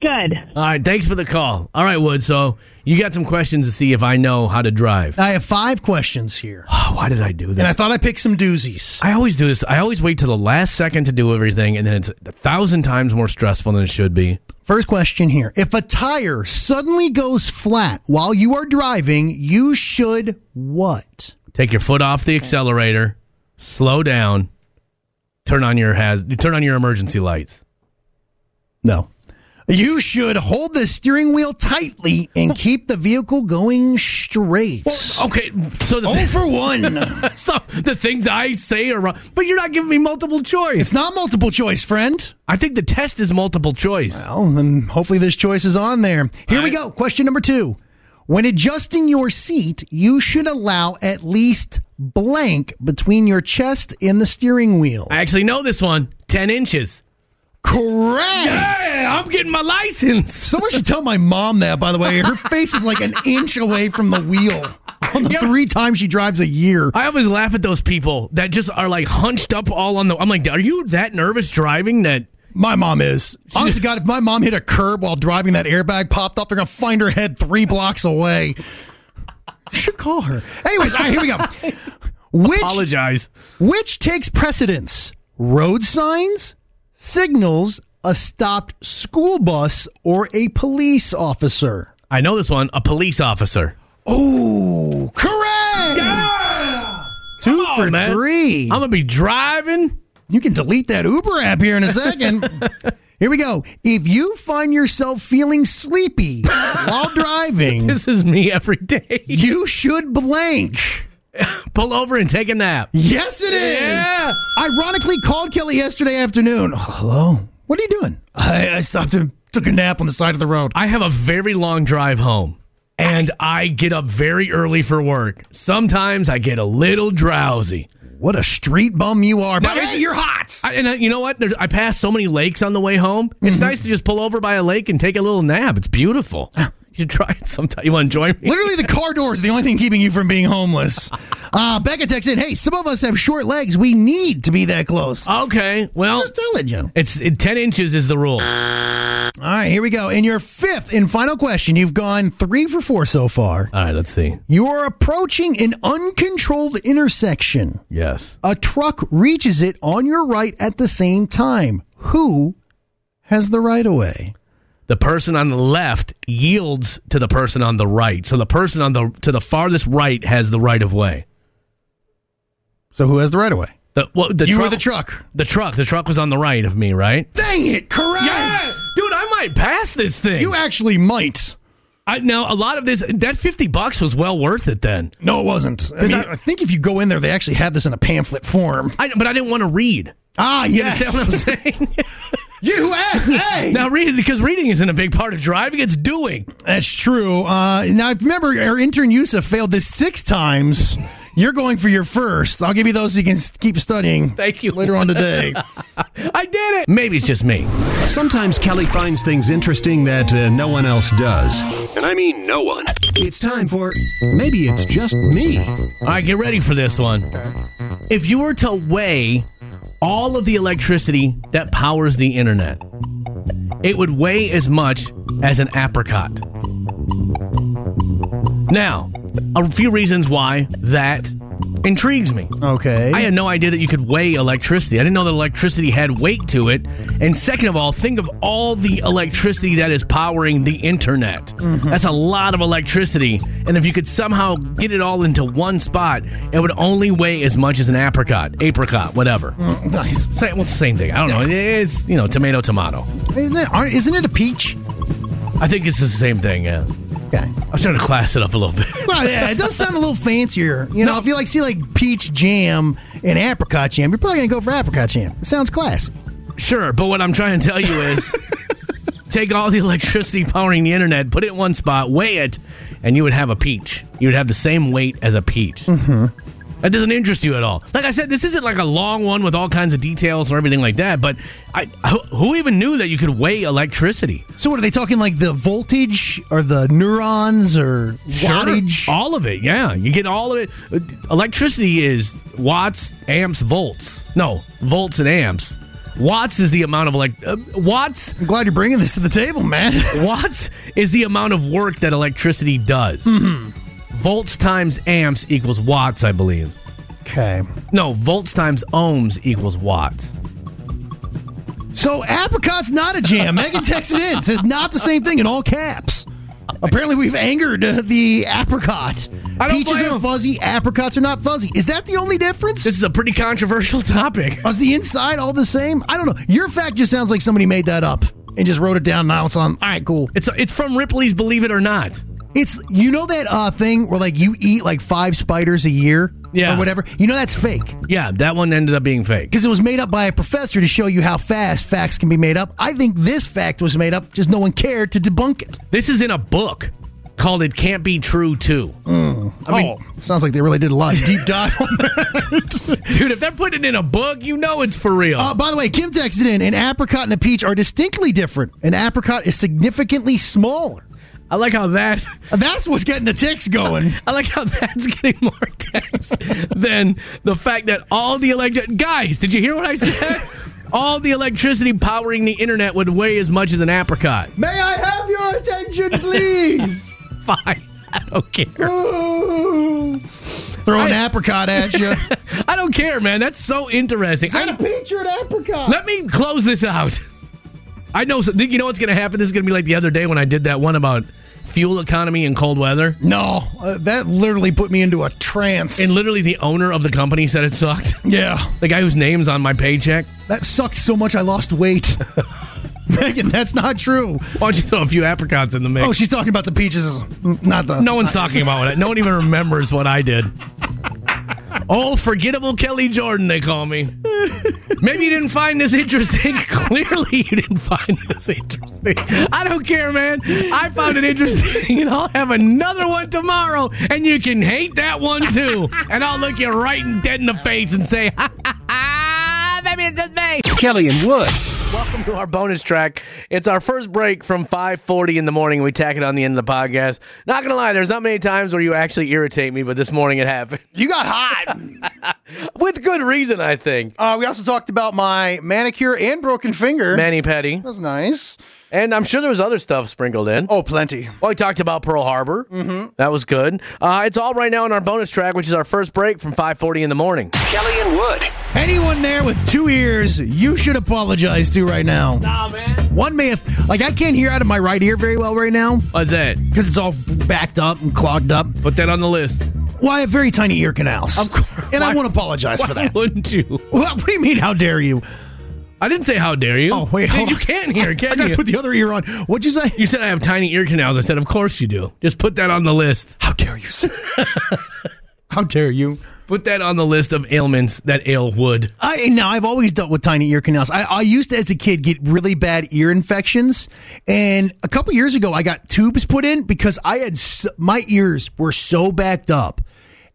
Speaker 11: Good.
Speaker 1: All right, thanks for the call. All right, Wood. So you got some questions to see if I know how to drive.
Speaker 2: I have five questions here,
Speaker 1: Oh, why did I do
Speaker 2: and I
Speaker 1: this?
Speaker 2: thought I picked some doozies.
Speaker 1: I always do this. I always wait till the last second to do everything, and then it's a thousand times more stressful than it should be.
Speaker 2: First question here. If a tire suddenly goes flat while you are driving, you should what?
Speaker 1: Take your foot off the accelerator, slow down, turn on your has, turn on your emergency lights.
Speaker 2: No. You should hold the steering wheel tightly and keep the vehicle going straight.
Speaker 1: Okay, so the,
Speaker 2: Oh for one.
Speaker 1: so the things I say are wrong, but you're not giving me multiple choice.
Speaker 2: It's not multiple choice, friend.
Speaker 1: I think the test is multiple choice.
Speaker 2: Well, then hopefully this choice is on there. Here we go. Question number two. When adjusting your seat, you should allow at least blank between your chest and the steering wheel.
Speaker 1: I actually know this one. Ten inches.
Speaker 2: Correct.
Speaker 1: Hey, I'm getting my license.
Speaker 2: Someone should tell my mom that, by the way. Her face is like an inch away from the wheel on the
Speaker 1: Yeah.
Speaker 2: three times she drives a year.
Speaker 1: I always laugh at those people that just are like hunched up all on the. I'm like, are you that nervous driving that?
Speaker 2: My mom is. Honestly, God, if my mom hit a curb while driving, that airbag popped off, they're going to find her head three blocks away. Should call her. Anyways, all right, here we go. Which,
Speaker 1: Apologize.
Speaker 2: which takes precedence? Road signs, signals, a stopped school bus, or a police officer?
Speaker 1: I know this one. A police officer.
Speaker 2: Oh, correct! Two
Speaker 1: Come
Speaker 2: for
Speaker 1: on, man.
Speaker 2: three.
Speaker 1: I'm gonna be driving.
Speaker 2: you can delete that Uber app here in a second. here we go. If you find yourself feeling sleepy while driving,
Speaker 1: This is me every day.
Speaker 2: you should blank.
Speaker 1: Pull over and take a nap.
Speaker 2: Yes, it is.
Speaker 1: Yeah.
Speaker 2: Ironically, called Kelly yesterday afternoon. Oh, hello. What are you doing? I, I stopped and took a nap on the side of the road.
Speaker 1: I have a very long drive home, and I get up very early for work. Sometimes I get a little drowsy.
Speaker 2: What a street bum you are. But
Speaker 1: is
Speaker 2: hey,
Speaker 1: it-
Speaker 2: you're hot.
Speaker 1: I, and I, you know what? There's, I pass so many lakes on the way home. It's
Speaker 2: Mm-hmm.
Speaker 1: nice to just pull over by a lake and take a little nap. It's beautiful. You should try it sometime. You want to join me?
Speaker 2: Literally, the car door is the only thing keeping you from being homeless. Uh, Becca texted, "Hey, some of us have short legs. We need to be that close."
Speaker 1: Okay. Well,
Speaker 2: Just telling you.
Speaker 1: It's it, 10 inches is the rule.
Speaker 2: All right, here we go. In your fifth and final question, you've gone three for four so far.
Speaker 1: All right, let's see.
Speaker 2: You are approaching an uncontrolled intersection.
Speaker 1: Yes.
Speaker 2: A truck reaches it on your right at the same time. Who has the right of way?
Speaker 1: The person on the left yields to the person on the right. So the person on the to the farthest right has the right of way.
Speaker 2: So who has the right of way?
Speaker 1: The well, the
Speaker 2: you
Speaker 1: truck,
Speaker 2: or the truck?
Speaker 1: The truck. The truck was on the right of me, right?
Speaker 2: Dang it! Correct.
Speaker 1: Dude, I might pass this thing.
Speaker 2: You actually might.
Speaker 1: I, now, a lot of this, that 50 bucks was well worth it then.
Speaker 2: No, it wasn't. I, mean,
Speaker 1: I-
Speaker 2: I think if you go in there, they actually have this in a pamphlet form.
Speaker 1: I, but I didn't want to read.
Speaker 2: Ah,
Speaker 1: You
Speaker 2: yes.
Speaker 1: understand what I'm saying?
Speaker 2: USA.
Speaker 1: now, read because reading isn't a big part of driving, it's doing.
Speaker 2: That's true. Uh, now, if you remember, our intern Yusuf failed this six times. You're going for your first. I'll give you those so you can s- keep studying.
Speaker 1: Thank you.
Speaker 2: Later on today.
Speaker 1: I did it. Maybe it's just me.
Speaker 3: Sometimes Kelly finds things interesting that uh, no one else does.
Speaker 10: And I mean no one.
Speaker 3: It's time for Maybe It's Just Me.
Speaker 1: All right, get ready for this one. If you were to weigh all of the electricity that powers the internet, it would weigh as much as an apricot. Now, a few reasons why that intrigues me.
Speaker 2: Okay.
Speaker 1: I had no idea that you could weigh electricity. I didn't know that electricity had weight to it. And second of all, think of all the electricity that is powering the internet. That's a lot of electricity. And if you could somehow get it all into one spot, it would only weigh as much as an apricot, apricot, whatever.
Speaker 2: nice.
Speaker 1: Same, well, it's the same thing. I don't know. It's, you know, tomato, tomato.
Speaker 2: Isn't it, aren't- isn't it a peach?
Speaker 1: I think it's the same thing, yeah.
Speaker 2: Okay.
Speaker 1: I'm trying to class it up a little bit.
Speaker 2: Well, yeah, it does sound a little fancier. You know, if you like see like peach jam and apricot jam, you're probably gonna go for apricot jam. It sounds class.
Speaker 1: Sure, but what I'm trying to tell you is take all the electricity powering the internet, put it in one spot, weigh it, and you would have a peach. You would have the same weight as a peach. That doesn't interest you at all. Like I said, this isn't like a long one with all kinds of details or everything like that, but I, who, who even knew that you could weigh electricity?
Speaker 2: So, what are they talking like the voltage or the neurons or wattage?
Speaker 1: All of it, yeah. You get all of it. Electricity is watts, amps, volts. No, volts and amps. Watts is the amount of like uh, watts
Speaker 2: I'm glad you're bringing this to the table, man.
Speaker 1: watts is the amount of work that electricity does. Volts times amps equals watts, I believe.
Speaker 2: okay.
Speaker 1: No, volts times ohms equals watts.
Speaker 2: So, apricot's not a jam. Megan texted in says not the same thing in all caps. Apparently, we've angered uh, the apricot.
Speaker 1: I don't
Speaker 2: Peaches
Speaker 1: blame
Speaker 2: are
Speaker 1: him.
Speaker 2: fuzzy, apricots are not fuzzy. Is that the only difference?
Speaker 1: This is a pretty controversial topic.
Speaker 2: Was the inside all the same? I don't know. Your fact just sounds like somebody made that up and just wrote it down. And I was on. All right, cool.
Speaker 1: It's it's from Ripley's Believe It or Not.
Speaker 2: It's you know that uh, thing where like you eat like five spiders a year,
Speaker 1: Yeah.
Speaker 2: or whatever. You know that's fake
Speaker 1: Yeah, that one ended up being fake.
Speaker 2: because it was made up by a professor to show you how fast facts can be made up. I think this fact was made up, just no one cared to debunk it.
Speaker 1: This is in a book called "It Can't Be True" too.
Speaker 2: I mean, sounds like they really did a lot of deep dive. on that.
Speaker 1: Dude, if they're putting it in a book, you know it's for real.
Speaker 2: Uh, by the way, Kim texted in: an apricot and a peach are distinctly different. An apricot is significantly smaller.
Speaker 1: I like how that.
Speaker 2: That's what's getting the ticks going.
Speaker 1: I like how that's getting more texts than the fact that all the electric guys. Did you hear what I said? all the electricity powering the internet would weigh as much as an apricot.
Speaker 2: May I have your attention, please?
Speaker 1: Fine, I don't care.
Speaker 2: Ooh. Throw an apricot at you. Is
Speaker 1: I don't care, man. That's so interesting.
Speaker 2: that
Speaker 1: I-
Speaker 2: a peach or an apricot?
Speaker 1: let me close this out. I know. So, you know what's going to happen? This is going to be like the other day when I did that one about fuel economy and cold weather,
Speaker 2: No, uh, that literally put me into a trance.
Speaker 1: and literally the owner of the company said it sucked.
Speaker 2: yeah,
Speaker 1: The guy whose name's on my paycheck.
Speaker 2: that sucked so much I lost weight. Megan, that's not true.
Speaker 1: Why don't you throw a few apricots in the mix?
Speaker 2: Oh, she's talking about the peaches, not the.
Speaker 1: No one's talking about what I, no one even remembers what I did. Oh, forgettable Kelly Jordan, they call me. Maybe you didn't find this interesting. Clearly, you didn't find this interesting. I don't care, man. I found it interesting, and I'll have another one tomorrow, and you can hate that one too. And I'll look you right and dead in the face and say, ha ha ha, maybe it's just me.
Speaker 10: Kelly and Wood.
Speaker 1: Welcome to our bonus track. It's our first break from 5:40 in the morning. We tack it on the end of the podcast. Not gonna lie, there's not many times where you actually irritate me, but this morning it happened
Speaker 2: You got hot.
Speaker 1: with good reason, I think.
Speaker 2: Uh, we also talked about my manicure and broken finger.
Speaker 1: Manny Petty,
Speaker 2: That's nice.
Speaker 1: and I'm sure there was other stuff sprinkled in.
Speaker 2: Oh, plenty.
Speaker 1: Well, we talked about Pearl Harbor. Mm-hmm. That was good. Uh, it's all right now in our bonus track, which is our first break from 5:40 in the morning.
Speaker 10: Kelly and Wood.
Speaker 2: Anyone there with two ears, you should apologize to right now. Nah, man. One man, like I can't hear out of my right ear very well right now
Speaker 1: What's that?
Speaker 2: because it's all backed up and clogged up.
Speaker 1: Put that on the list.
Speaker 2: Well, I have very tiny ear canals. Of
Speaker 1: course.
Speaker 2: And I
Speaker 1: Why-
Speaker 2: won't apologize for
Speaker 1: Why
Speaker 2: that.
Speaker 1: wouldn't you?
Speaker 2: What, what do you mean, how dare you?
Speaker 1: I didn't say how dare you.
Speaker 2: Oh, wait,
Speaker 1: Dude,
Speaker 2: hold
Speaker 1: you
Speaker 2: on.
Speaker 1: can't hear,
Speaker 2: I
Speaker 1: can
Speaker 2: gotta
Speaker 1: you?
Speaker 2: put the other ear on. What'd you say?
Speaker 1: you said I have tiny ear canals. I said, of course you do. Just put that on the list.
Speaker 2: How dare you, sir? how dare you?
Speaker 1: Put that on the list of ailments that ail wood.
Speaker 2: I now I've always dealt with tiny ear canals. I, I used to as a kid get really bad ear infections, and a couple years ago I got tubes put in because I had s my ears were so backed up,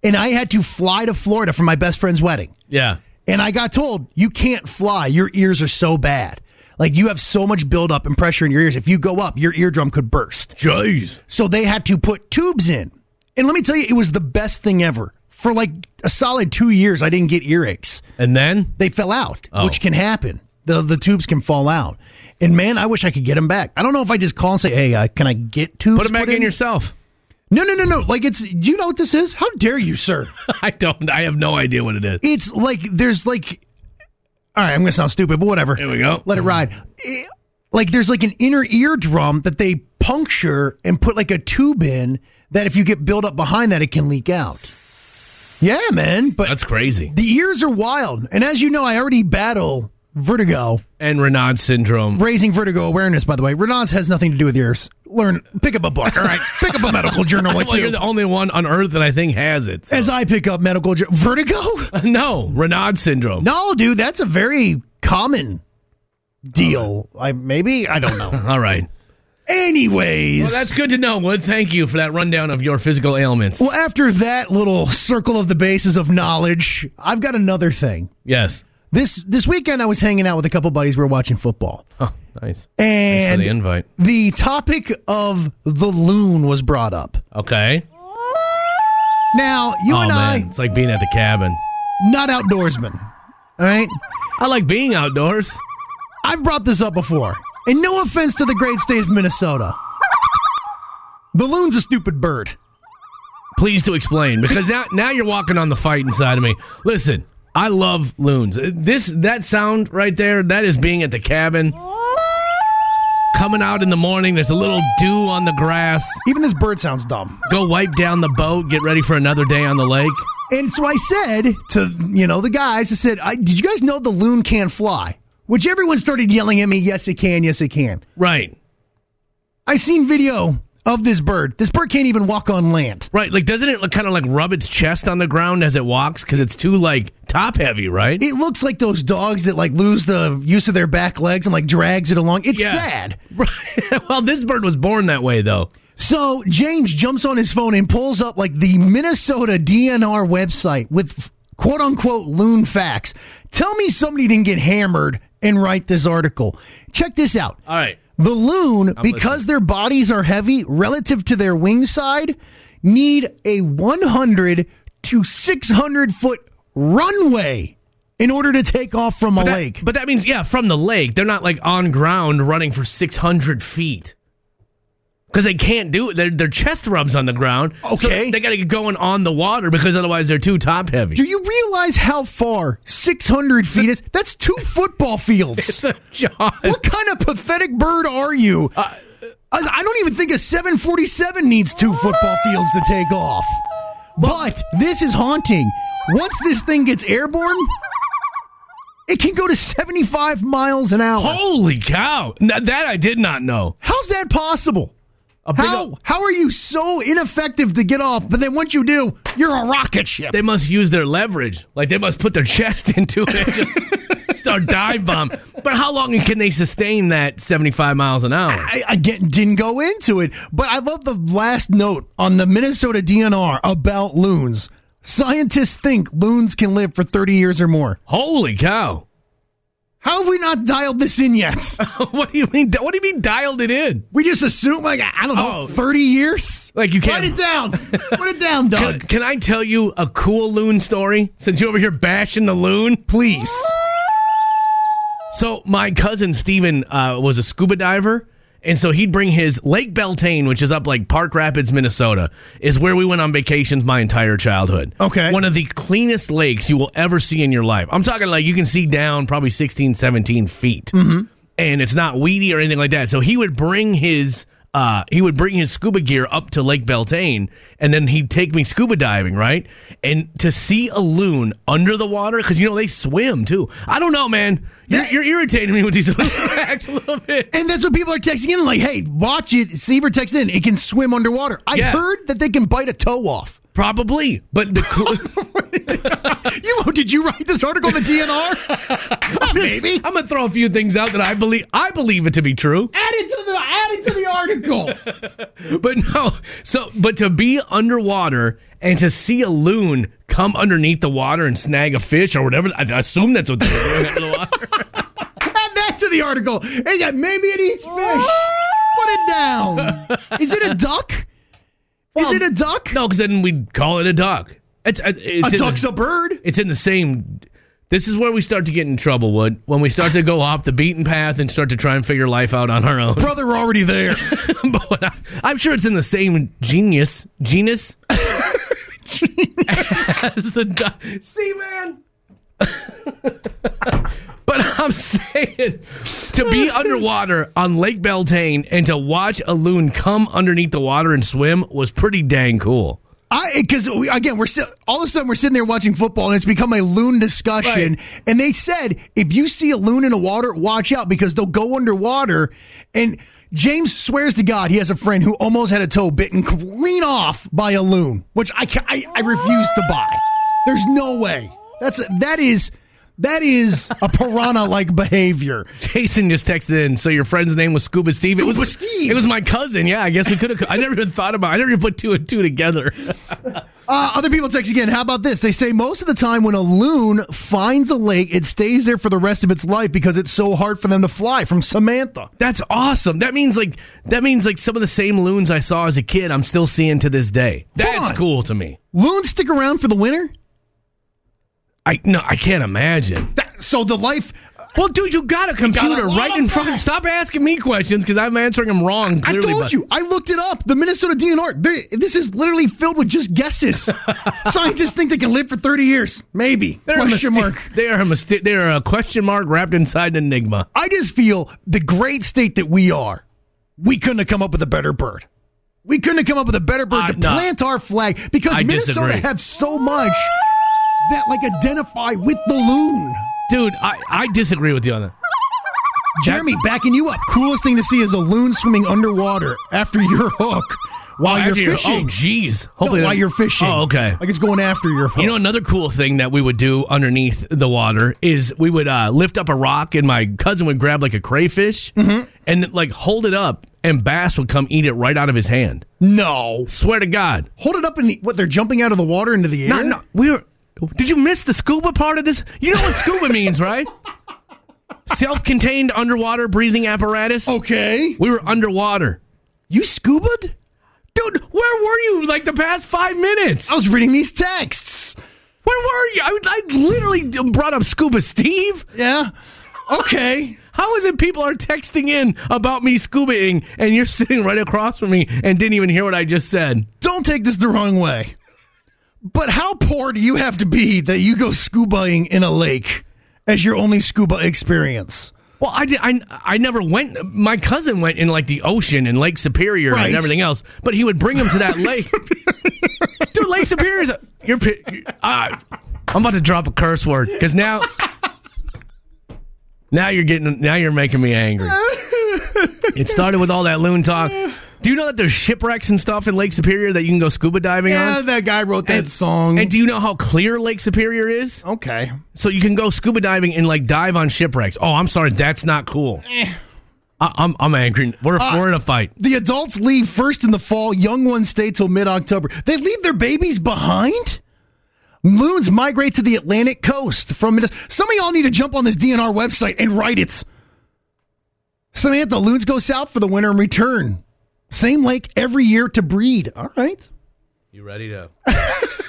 Speaker 2: and I had to fly to Florida for my best friend's wedding.
Speaker 1: Yeah.
Speaker 2: And I got told, you can't fly. Your ears are so bad. Like you have so much buildup and pressure in your ears. If you go up, your eardrum could burst.
Speaker 1: Jeez.
Speaker 2: So they had to put tubes in. And let me tell you, it was the best thing ever. For like a solid two years, I didn't get earaches.
Speaker 1: And then?
Speaker 2: They fell out,
Speaker 1: Oh.
Speaker 2: which can happen. The, the tubes can fall out. And man, I wish I could get them back. I don't know if I just call and say, hey, uh, can I get tubes?
Speaker 1: Put it back in
Speaker 2: your
Speaker 1: yourself.
Speaker 2: No, no, no, no. Like it's. Do you know what this is? How dare you, sir?
Speaker 1: I don't. I have no idea what it is.
Speaker 2: It's like there's like. All right, I'm gonna sound stupid, but whatever. Here
Speaker 1: we go.
Speaker 2: Let it ride. Eh, Like there's like an inner eardrum that they puncture and put like a tube in that if you get buildup behind that it can leak out. Yeah, man. But
Speaker 1: That's crazy.
Speaker 2: the ears are wild, and as you know, I already battle vertigo.
Speaker 1: And Renaud syndrome.
Speaker 2: Raising vertigo awareness, by the way. Renan's has nothing to do with yours. Learn, pick up a book, all right? Pick up a medical journal or
Speaker 1: Well, you're
Speaker 2: two.
Speaker 1: the only one on earth that I think has it. so.
Speaker 2: As I pick up medical journal, vertigo?
Speaker 1: no, Renaud syndrome.
Speaker 2: No, dude, that's a very common deal.
Speaker 1: Oh.
Speaker 2: I maybe I don't know.
Speaker 1: All right.
Speaker 2: Anyways,
Speaker 1: Well, that's good to know, Wood. Thank you for that rundown of your physical ailments.
Speaker 2: well, after that little circle of the bases of knowledge, I've got another thing.
Speaker 1: Yes.
Speaker 2: This this weekend, I was hanging out with a couple buddies. We were watching football,
Speaker 1: Oh, nice. Thanks
Speaker 2: and
Speaker 1: for the invite.
Speaker 2: the topic of the loon was brought up.
Speaker 1: Okay.
Speaker 2: Now, you
Speaker 1: oh,
Speaker 2: and
Speaker 1: man. It's like being at the cabin.
Speaker 2: I, not outdoorsmen, all right?
Speaker 1: I like being outdoors.
Speaker 2: I've brought this up before, and no offense to the great state of Minnesota. The loon's a stupid bird.
Speaker 1: Please to explain because now now you're walking on the fight inside of me. Listen, I love loons. This that sound right there, that is being at the cabin. Coming out in the morning, there's a little dew on the grass.
Speaker 2: Even this bird sounds dumb.
Speaker 1: Go wipe down the boat, get ready for another day on the lake.
Speaker 2: And so I said to, you know, the guys, I said, I, did you guys know the loon can fly? Which everyone started yelling at me, yes, it can, yes, it can.
Speaker 1: Right.
Speaker 2: I seen video of this bird. This bird can't even walk on land.
Speaker 1: Right. Like doesn't it kind of like rub its chest on the ground as it walks cuz it's too like top heavy, right?
Speaker 2: It looks like those dogs that like lose the use of their back legs and like drags it along. It's
Speaker 1: Yeah.
Speaker 2: sad.
Speaker 1: Right. well, this bird was born that way though.
Speaker 2: So James jumps on his phone and pulls up like the Minnesota DNR website with quote unquote loon facts. Tell me somebody didn't get hammered and write this article. Check this out.
Speaker 1: All right.
Speaker 2: The loon, because their bodies are heavy relative to their wing side, need a 100 to 600 foot runway in order to take off from a
Speaker 1: That-
Speaker 2: lake.
Speaker 1: But that means, yeah, from the lake. They're not like on ground running for 600 feet. Because they can't do it. Their, their chest rubs on the ground. So
Speaker 2: Okay.
Speaker 1: they got to get going on the water because otherwise they're too top heavy.
Speaker 2: Do you realize how far 600 feet is? That's two football fields.
Speaker 1: It's a job.
Speaker 2: What kind of pathetic bird are you?
Speaker 1: Uh,
Speaker 2: I I don't even think a 747 needs two football fields to take off. But this is haunting. Once this thing gets airborne, it can go to 75 miles an hour.
Speaker 1: Holy cow. Now, that I did not know.
Speaker 2: How's that possible?
Speaker 1: A big
Speaker 2: How,
Speaker 1: ol-
Speaker 2: how are you so ineffective to get off? But then once you do, you're a rocket ship.
Speaker 1: they must use their leverage. Like they must put their chest into it and just start dive bomb. But how long can they sustain that 75 miles an hour?
Speaker 2: I, I get, didn't go into it, but I love the last note on the Minnesota DNR about loons. Scientists think loons can live for 30 years or more.
Speaker 1: Holy cow.
Speaker 2: How have we not dialed this in yet?
Speaker 1: what do you mean? What do you mean dialed it in?
Speaker 2: We just assume, like, I don't know,
Speaker 1: Oh.
Speaker 2: 30 years?
Speaker 1: Like you can't
Speaker 2: Write it down. Put it down,
Speaker 1: Can,
Speaker 2: Doug.
Speaker 1: can I tell you a cool loon story? Since you're over here bashing the loon.
Speaker 2: Please.
Speaker 1: So, my cousin Steven uh, was a scuba diver. And so he'd bring his Lake Beltane, which is up like Park Rapids, Minnesota, is where we went on vacations my entire childhood.
Speaker 2: Okay.
Speaker 1: One of the cleanest lakes you will ever see in your life. I'm talking like you can see down probably 16, 17 feet. And it's not weedy or anything like that. So he would bring his. Uh, he would bring his scuba gear up to Lake Beltane, and then he'd take me scuba diving, right? And to see a loon under the water, because you know they swim too. I don't know, man. You're,
Speaker 2: That-
Speaker 1: you're irritating me with these little facts a little bit.
Speaker 2: And that's what people are texting in, like, hey, watch it. Seaver texted in, it can swim underwater. I
Speaker 1: Yeah.
Speaker 2: heard that they can bite a toe off.
Speaker 1: Probably, but the cool-
Speaker 2: You did you write this article in the DNR? Not maybe.
Speaker 1: I'm gonna throw a few things out that I believe I believe it to be true.
Speaker 2: Add it to the add it to the article.
Speaker 1: But no, so but to be underwater and to see a loon come underneath the water and snag a fish or whatever, I assume that's what they're doing under the water.
Speaker 2: Add that to the article. Hey, yeah, maybe it eats fish. Put it down. Is it a duck? Is it a duck?
Speaker 1: No, because then we'd call it a duck. It's, it's
Speaker 2: a
Speaker 1: in
Speaker 2: duck's
Speaker 1: the,
Speaker 2: a bird.
Speaker 1: It's in the same This is where we start to get in trouble, Wood. When we start to go off the beaten path and start to try and figure life out on our own.
Speaker 2: Brother, we're already there.
Speaker 1: but I, I'm sure it's in the same genius genus. as the do- see man. but I'm saying to be underwater on Lake Beltane and to watch a loon come underneath the water and swim was pretty dang cool.
Speaker 2: I because we, again we're still all of a sudden we're sitting there watching football and it's become a loon discussion. And they said if you see a loon in the water, watch out because they'll go underwater. And James swears to God he has a friend who almost had a toe bitten clean off by a loon, which I can, I, I refuse to buy. There's no way. That's a, that is that is a piranha like behavior.
Speaker 1: Jason just texted in. So your friend's name was Scuba Steve. it
Speaker 2: Scuba
Speaker 1: was
Speaker 2: Steve.
Speaker 1: It was my cousin. Yeah, I guess we could have. I never even thought about. I never even put two and two together.
Speaker 2: Uh, other people text again. How about this? They say most of the time when a loon finds a lake, it stays there for the rest of its life because it's so hard for them to fly. From Samantha.
Speaker 1: That's awesome. That means like that means like some of the same loons I saw as a kid. I'm still seeing to this day. That's cool to me.
Speaker 2: Loons stick around for the winter?
Speaker 1: I no, I can't imagine.
Speaker 2: That, so the life.
Speaker 1: Well, dude, you got a computer right in front. of Stop asking me questions because I'm answering them wrong.
Speaker 2: I
Speaker 1: Clearly,
Speaker 2: told
Speaker 1: but-
Speaker 2: you. I looked it up. The Minnesota DNR. they- This is literally filled with just guesses. Scientists think they can live for 30 years. Maybe.
Speaker 1: They're a
Speaker 2: Question
Speaker 1: myste-
Speaker 2: mark.
Speaker 1: They are a mistake. They are a question mark wrapped inside an enigma.
Speaker 2: I just feel the great state that we are, we couldn't have come up with a better bird. We couldn't have come up with a better bird
Speaker 1: I-
Speaker 2: to
Speaker 1: no.
Speaker 2: plant our flag because
Speaker 1: I
Speaker 2: Minnesota
Speaker 1: disagree.
Speaker 2: have so much that like identify with the loon.
Speaker 1: Dude, I, I disagree with you on that.
Speaker 2: Jeremy, backing you up. Coolest thing to see is a loon swimming underwater after your hook while
Speaker 1: After you-
Speaker 2: you're
Speaker 1: Oh,
Speaker 2: fishing.
Speaker 1: jeez.
Speaker 2: No,
Speaker 1: Hopefully,
Speaker 2: while
Speaker 1: that-
Speaker 2: you're fishing.
Speaker 1: Oh, okay.
Speaker 2: Like it's going after your hook.
Speaker 1: You know, another cool thing that we would do underneath the water is we would uh, lift up a rock, and my cousin would grab like a crayfish and like hold it up, and bass would come eat it right out of his hand.
Speaker 2: no.
Speaker 1: Swear to God.
Speaker 2: Hold it up in the, what they're jumping out of the water into the air.
Speaker 1: No, no, we were. Did you miss the scuba part of this? You know what scuba means, right? Self-contained underwater breathing apparatus.
Speaker 2: Okay.
Speaker 1: We were underwater,
Speaker 2: You scubaed?
Speaker 1: dude. Where were you like the past five minutes?
Speaker 2: I was reading these texts.
Speaker 1: Where were you? I, I literally brought up scuba, Steve.
Speaker 2: Yeah. Okay.
Speaker 1: How is it people are texting in about me scubaing and you're sitting right across from me and didn't even hear what I just said?
Speaker 2: don't take this the wrong way, but how poor do you have to be that you go scubaing in a lake as your only scuba experience?
Speaker 1: Well, I, did, I, I never went. My cousin went in like the ocean and Lake Superior
Speaker 2: Right.
Speaker 1: and everything else, but he would bring him to that lake. Dude, Lake Superior is. a- You're, pi- uh, I'm about to drop a curse word because now. Now you're getting. Now you're making me angry. It started with all that loon talk. Do you know that there's shipwrecks and stuff in Lake Superior that you can go scuba diving on?
Speaker 2: Yeah, that guy wrote that song.
Speaker 1: And do you know how clear Lake Superior is?
Speaker 2: okay.
Speaker 1: So you can go scuba diving and like dive on shipwrecks. Oh, I'm sorry, that's not cool.
Speaker 2: Eh.
Speaker 1: I, I'm I'm angry. We're
Speaker 2: Ah.
Speaker 1: we're in a fight.
Speaker 2: The adults leave first in the fall, young ones stay till mid October. They leave their babies behind? Loons migrate to the Atlantic coast from Minnesota. Some of y'all need to jump on this DNR website and write it. Samantha, loons go south for the winter and return. Same lake every year to breed. All right.
Speaker 1: You ready to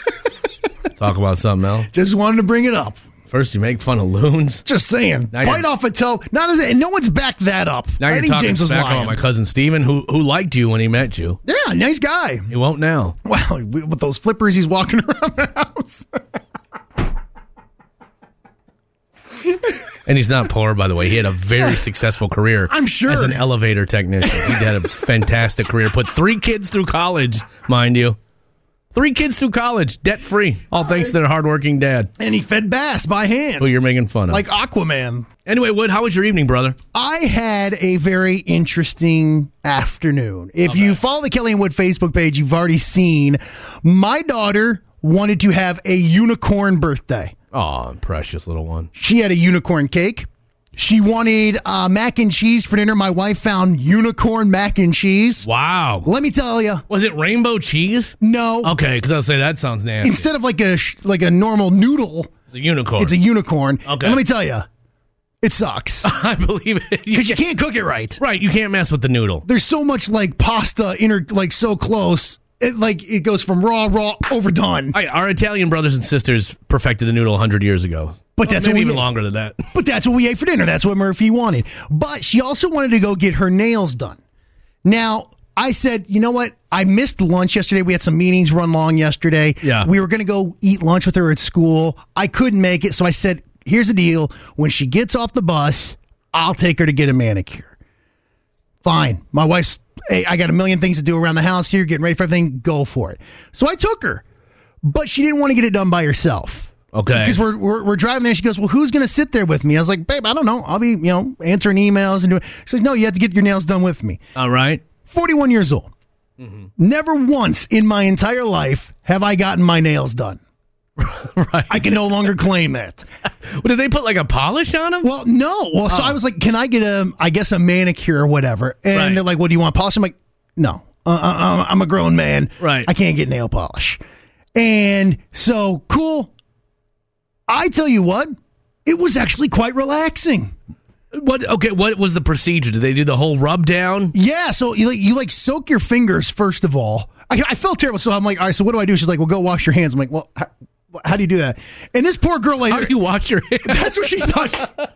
Speaker 1: talk about something else?
Speaker 2: Just wanted to bring it up.
Speaker 1: First, you make fun of loons.
Speaker 2: Just saying.
Speaker 1: Now
Speaker 2: Bite
Speaker 1: you're-
Speaker 2: off a toe. Not as, and no one's backed that up.
Speaker 1: Now
Speaker 2: I
Speaker 1: you're
Speaker 2: think
Speaker 1: talking
Speaker 2: James was
Speaker 1: smack about
Speaker 2: lying.
Speaker 1: my cousin Steven, who who liked you when he met you.
Speaker 2: yeah, nice guy.
Speaker 1: He won't now.
Speaker 2: Wow, with those flippers he's walking around the house.
Speaker 1: And he's not poor, by the way. He had a very successful career.
Speaker 2: I'm sure.
Speaker 1: As an elevator technician. He had a fantastic career. Put three kids through college, mind you. Three kids through college, debt free, all thanks to their hardworking dad,
Speaker 2: And he fed bass by hand.
Speaker 1: who you're making fun of.
Speaker 2: like Aquaman.
Speaker 1: anyway, Wood, how was your evening, brother?
Speaker 2: I had a very interesting afternoon. If you follow the Kelly and Wood Facebook page, you've already seen my daughter wanted to have a unicorn birthday.
Speaker 1: Oh, precious little one.
Speaker 2: She had a unicorn cake. She wanted uh, mac and cheese for dinner. My wife found unicorn mac and cheese.
Speaker 1: Wow.
Speaker 2: Let me tell you,
Speaker 1: Was it rainbow cheese?
Speaker 2: no.
Speaker 1: Okay, because I'll say that sounds nasty.
Speaker 2: Instead of like a sh- like a normal noodle,
Speaker 1: it's a unicorn.
Speaker 2: it's a unicorn. Okay.
Speaker 1: Okay.
Speaker 2: let me tell you, it sucks
Speaker 1: I believe it. You
Speaker 2: because you
Speaker 1: can't-
Speaker 2: can't cook it right.
Speaker 1: right, you can't mess with the noodle.
Speaker 2: There's so much like pasta inter like so close it, like it goes from raw, raw, overdone.
Speaker 1: All right, our Italian brothers and sisters perfected the noodle 100 years ago.
Speaker 2: But that's
Speaker 1: maybe
Speaker 2: what we
Speaker 1: even
Speaker 2: ate.
Speaker 1: longer than that.
Speaker 2: But that's what we ate for dinner. That's what Murphy wanted. But she also wanted to go get her nails done. Now, I said, you know what? I missed lunch yesterday. We had some meetings run long yesterday.
Speaker 1: Yeah.
Speaker 2: We were going to go eat lunch with her at school. I couldn't make it. So I said, here's the deal. When she gets off the bus, I'll take her to get a manicure. Fine. My wife's, hey, I got a million things to do around the house here, getting ready for everything. Go for it. So I took her, but she didn't want to get it done by herself.
Speaker 1: Okay.
Speaker 2: Because we're, we're we're driving there. She goes, "Well, who's going to sit there with me?" I was like, "Babe, I don't know. I'll be you know answering emails and doing." She says, "No, you have to get your nails done with me."
Speaker 1: All right.
Speaker 2: 41 years old.
Speaker 1: Mm-hmm.
Speaker 2: Never once in my entire life have I gotten my nails done.
Speaker 1: right.
Speaker 2: I can no longer claim that.
Speaker 1: Well, did they put like a polish on them?
Speaker 2: Well, no. Well,
Speaker 1: Oh.
Speaker 2: so I was like, "Can I get a I guess a manicure or whatever?" And
Speaker 1: Right.
Speaker 2: they're like, "What do you want polish?" I'm like, "No, uh, uh, uh, I'm a grown man.
Speaker 1: Right.
Speaker 2: I can't get nail polish." And so cool. I tell you what, it was actually quite relaxing.
Speaker 1: What? Okay. What was the procedure? Did they do the whole rub down?
Speaker 2: Yeah, so you like you like soak your fingers first of all. I, I felt terrible, so I'm like, all right. So what do I do? She's like, well, go wash your hands. I'm like, well, how, how do you do that? And this poor girl, like,
Speaker 1: How do you wash your hands?
Speaker 2: that's what she does.
Speaker 1: like,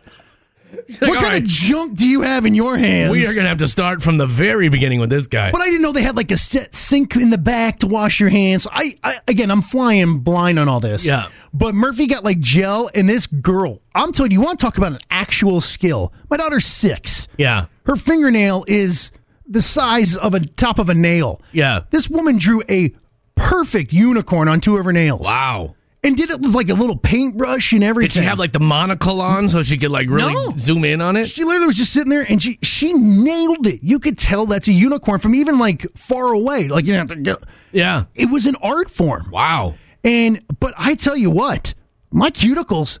Speaker 2: what
Speaker 1: "All
Speaker 2: kind
Speaker 1: right."
Speaker 2: of junk do you have in your hands?
Speaker 1: We are going to have to start from the very beginning with this guy.
Speaker 2: But I didn't know they had like a set sink in the back to wash your hands. I, I again, I'm flying blind on all this.
Speaker 1: Yeah.
Speaker 2: But Murphy got like gel, and this girl, I'm telling you, you want to talk about an actual skill? My daughter's six.
Speaker 1: yeah.
Speaker 2: Her fingernail is the size of a top of a nail.
Speaker 1: Yeah.
Speaker 2: This woman drew a perfect unicorn on two of her nails.
Speaker 1: Wow.
Speaker 2: And did it with like a little paintbrush and everything.
Speaker 1: Did she have like the monocle on so she could like really
Speaker 2: No.
Speaker 1: zoom in on it?
Speaker 2: She literally was just sitting there and she she nailed it. You could tell that's a unicorn from even like far away. Like you have to go.
Speaker 1: Yeah.
Speaker 2: It was an art form.
Speaker 1: Wow.
Speaker 2: And but I tell you what, my cuticles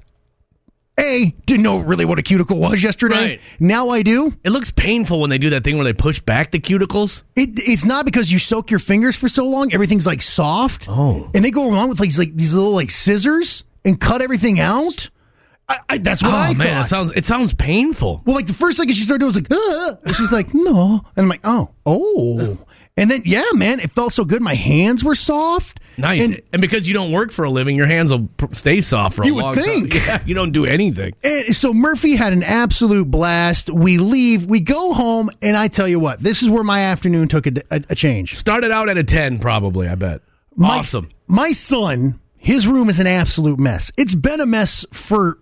Speaker 2: A didn't know really what a cuticle was yesterday.
Speaker 1: Right.
Speaker 2: Now I do.
Speaker 1: It looks painful when they do that thing where they push back the cuticles.
Speaker 2: It, it's not because you soak your fingers for so long; everything's like soft.
Speaker 1: Oh.
Speaker 2: and they go around with like these, like, these little like scissors and cut everything out. I, I, that's what
Speaker 1: oh
Speaker 2: I
Speaker 1: man,
Speaker 2: thought.
Speaker 1: it sounds it sounds painful.
Speaker 2: well, like the first thing she started doing was like, "Ugh," and she's like, no, and I'm like, oh, oh, and then yeah, man, it felt so good. My hands were soft.
Speaker 1: Nice.
Speaker 2: And
Speaker 1: And, because you don't work for a living, your hands will pr- stay soft for a
Speaker 2: You would
Speaker 1: long
Speaker 2: think.
Speaker 1: time. Yeah, you don't do anything.
Speaker 2: And so Murphy had an absolute blast. We leave, we go home, and I tell you what, this is where my afternoon took a, a, a change.
Speaker 1: Started out at a 10 probably, I bet.
Speaker 2: My,
Speaker 1: awesome.
Speaker 2: My son, his room is an absolute mess. It's been a mess for,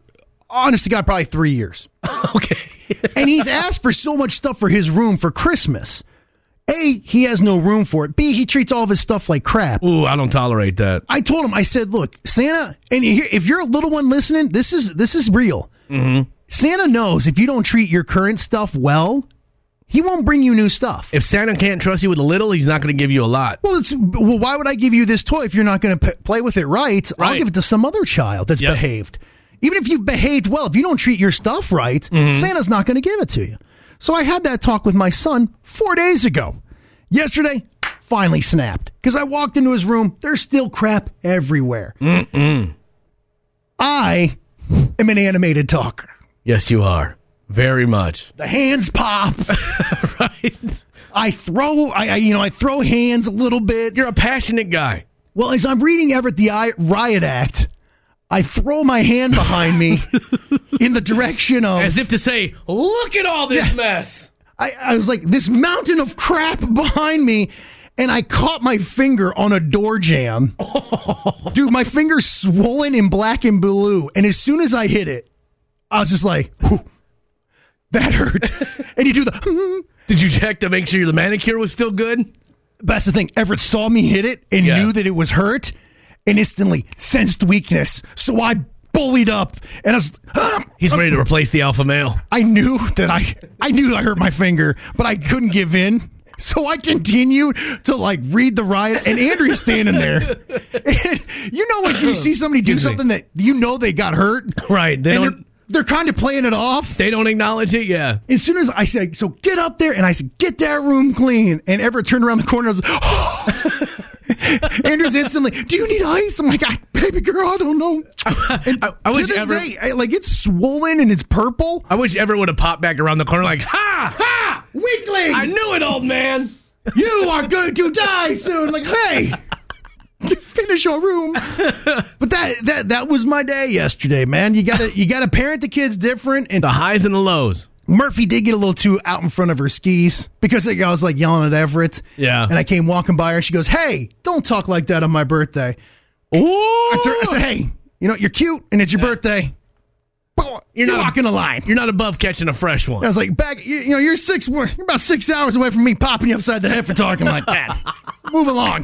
Speaker 2: honest to God, probably three years.
Speaker 1: Okay.
Speaker 2: and he's asked for so much stuff for his room for Christmas. A, he has no room for it. B, he treats all of his stuff like crap.
Speaker 1: Ooh, I don't tolerate that.
Speaker 2: I told him, I said, look, Santa, and here- if you're a little one listening, this is this is real. Santa knows if you don't treat your current stuff well, he won't bring you new stuff.
Speaker 1: If Santa can't trust you with a little, he's not going to give you a lot.
Speaker 2: Well, it's well. Why would I give you this toy if you're not going to p- play with it right? I'll
Speaker 1: Right.
Speaker 2: give it to some other child that's
Speaker 1: Yep.
Speaker 2: behaved. Even if you've behaved well, if you don't treat your stuff right,
Speaker 1: Mm-hmm.
Speaker 2: Santa's not going to give it to you. So I had that talk with my son four days ago. Yesterday, finally snapped because I walked into his room. There's still crap everywhere. I am an animated talker.
Speaker 1: Yes, you are. Very much.
Speaker 2: The hands pop.
Speaker 1: right?
Speaker 2: I throw. I, I you know I throw hands a little bit.
Speaker 1: You're a passionate guy.
Speaker 2: Well, as I'm reading Everett the I- Riot Act, I throw my hand behind me in the direction of.
Speaker 1: As if to say, look at all this
Speaker 2: Yeah.
Speaker 1: mess.
Speaker 2: I, I was like, this mountain of crap behind me. And I caught my finger on a door jam. Dude, my finger's swollen in black and blue. And as soon as I hit it, I was just like, "Whew, that hurt. and you do the. "Hmm."
Speaker 1: Did you check to make sure the manicure was still good?
Speaker 2: That's the thing. Everett saw me hit it and
Speaker 1: Yeah.
Speaker 2: knew that it was hurt and instantly sensed weakness. So I bullied up and I was.
Speaker 1: He's ready to replace the alpha male.
Speaker 2: I knew that I I knew I hurt my finger, but I couldn't give in. So I continued to like read the riot, and Andrew's standing there. And you know when you see somebody do
Speaker 1: Excuse me.
Speaker 2: something that you know they got hurt,
Speaker 1: Right. They
Speaker 2: and they're
Speaker 1: don't
Speaker 2: they're kind of playing it off.
Speaker 1: they don't acknowledge it, yeah.
Speaker 2: As soon as I said, "So get up there," and I said, "Get that room clean," and Everett turned around the corner, I was like, Andrew's instantly, "Do you need ice?" I'm like, I, "Baby girl, I don't know." And
Speaker 1: I- I
Speaker 2: to
Speaker 1: wish
Speaker 2: this
Speaker 1: Everett-
Speaker 2: day, I- like it's swollen and it's purple.
Speaker 1: I wish everyone would have popped back around the corner like, ha! Ha!
Speaker 2: Ah, Weakling.
Speaker 1: I knew it, old man.
Speaker 2: you are going to die soon. Like, hey, finish your room. But that that that was my day yesterday, man. You gotta you gotta parent the kids different and the
Speaker 1: highs and the lows.
Speaker 2: Murphy did get a little too out in front of her skis because like, I was like yelling at Everett.
Speaker 1: Yeah.
Speaker 2: And I came walking by her. She goes, "Hey, don't talk like that on my birthday."
Speaker 1: Ooh.
Speaker 2: I, tur- I said, "Hey, you know you're cute and it's your birthday." You're,
Speaker 1: not-
Speaker 2: walking the line.
Speaker 1: You're not above catching a fresh one.
Speaker 2: I was like, back, you, you know, you're six, you're about six hours away from me popping you upside the head for talking like that. Move along.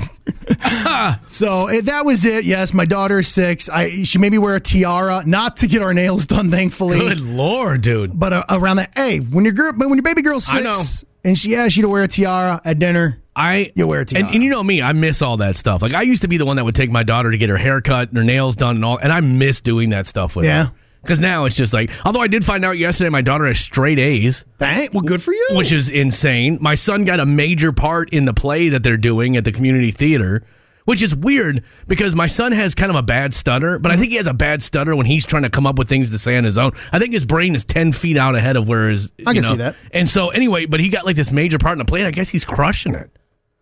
Speaker 2: so eh, that was it. Yes, my daughter is six. I she made me wear a tiara, not to get our nails done, thankfully.
Speaker 1: Good lord, dude.
Speaker 2: But uh, around that, hey, when your girl, when your baby girl's
Speaker 1: I know.
Speaker 2: six, and she asks you to wear a tiara at dinner,
Speaker 1: I
Speaker 2: you wear a tiara.
Speaker 1: And, and you know me, I miss all that stuff. Like I used to be the one that would take my daughter to get her hair cut and her nails done and all, and I miss doing that stuff with
Speaker 2: Yeah.
Speaker 1: her. Because now it's just like, although I did find out yesterday, my daughter has straight A's,
Speaker 2: Dang, well, good for you.
Speaker 1: which is insane. My son got a major part in the play that they're doing at the community theater, which is weird because my son has kind of a bad stutter, but I think he has a bad stutter when he's trying to come up with things to say on his own. I think his brain is ten feet out ahead of where his.
Speaker 2: I
Speaker 1: you
Speaker 2: can
Speaker 1: know-
Speaker 2: see that.
Speaker 1: And so anyway, but he got like this major part in the play, and I guess he's crushing it.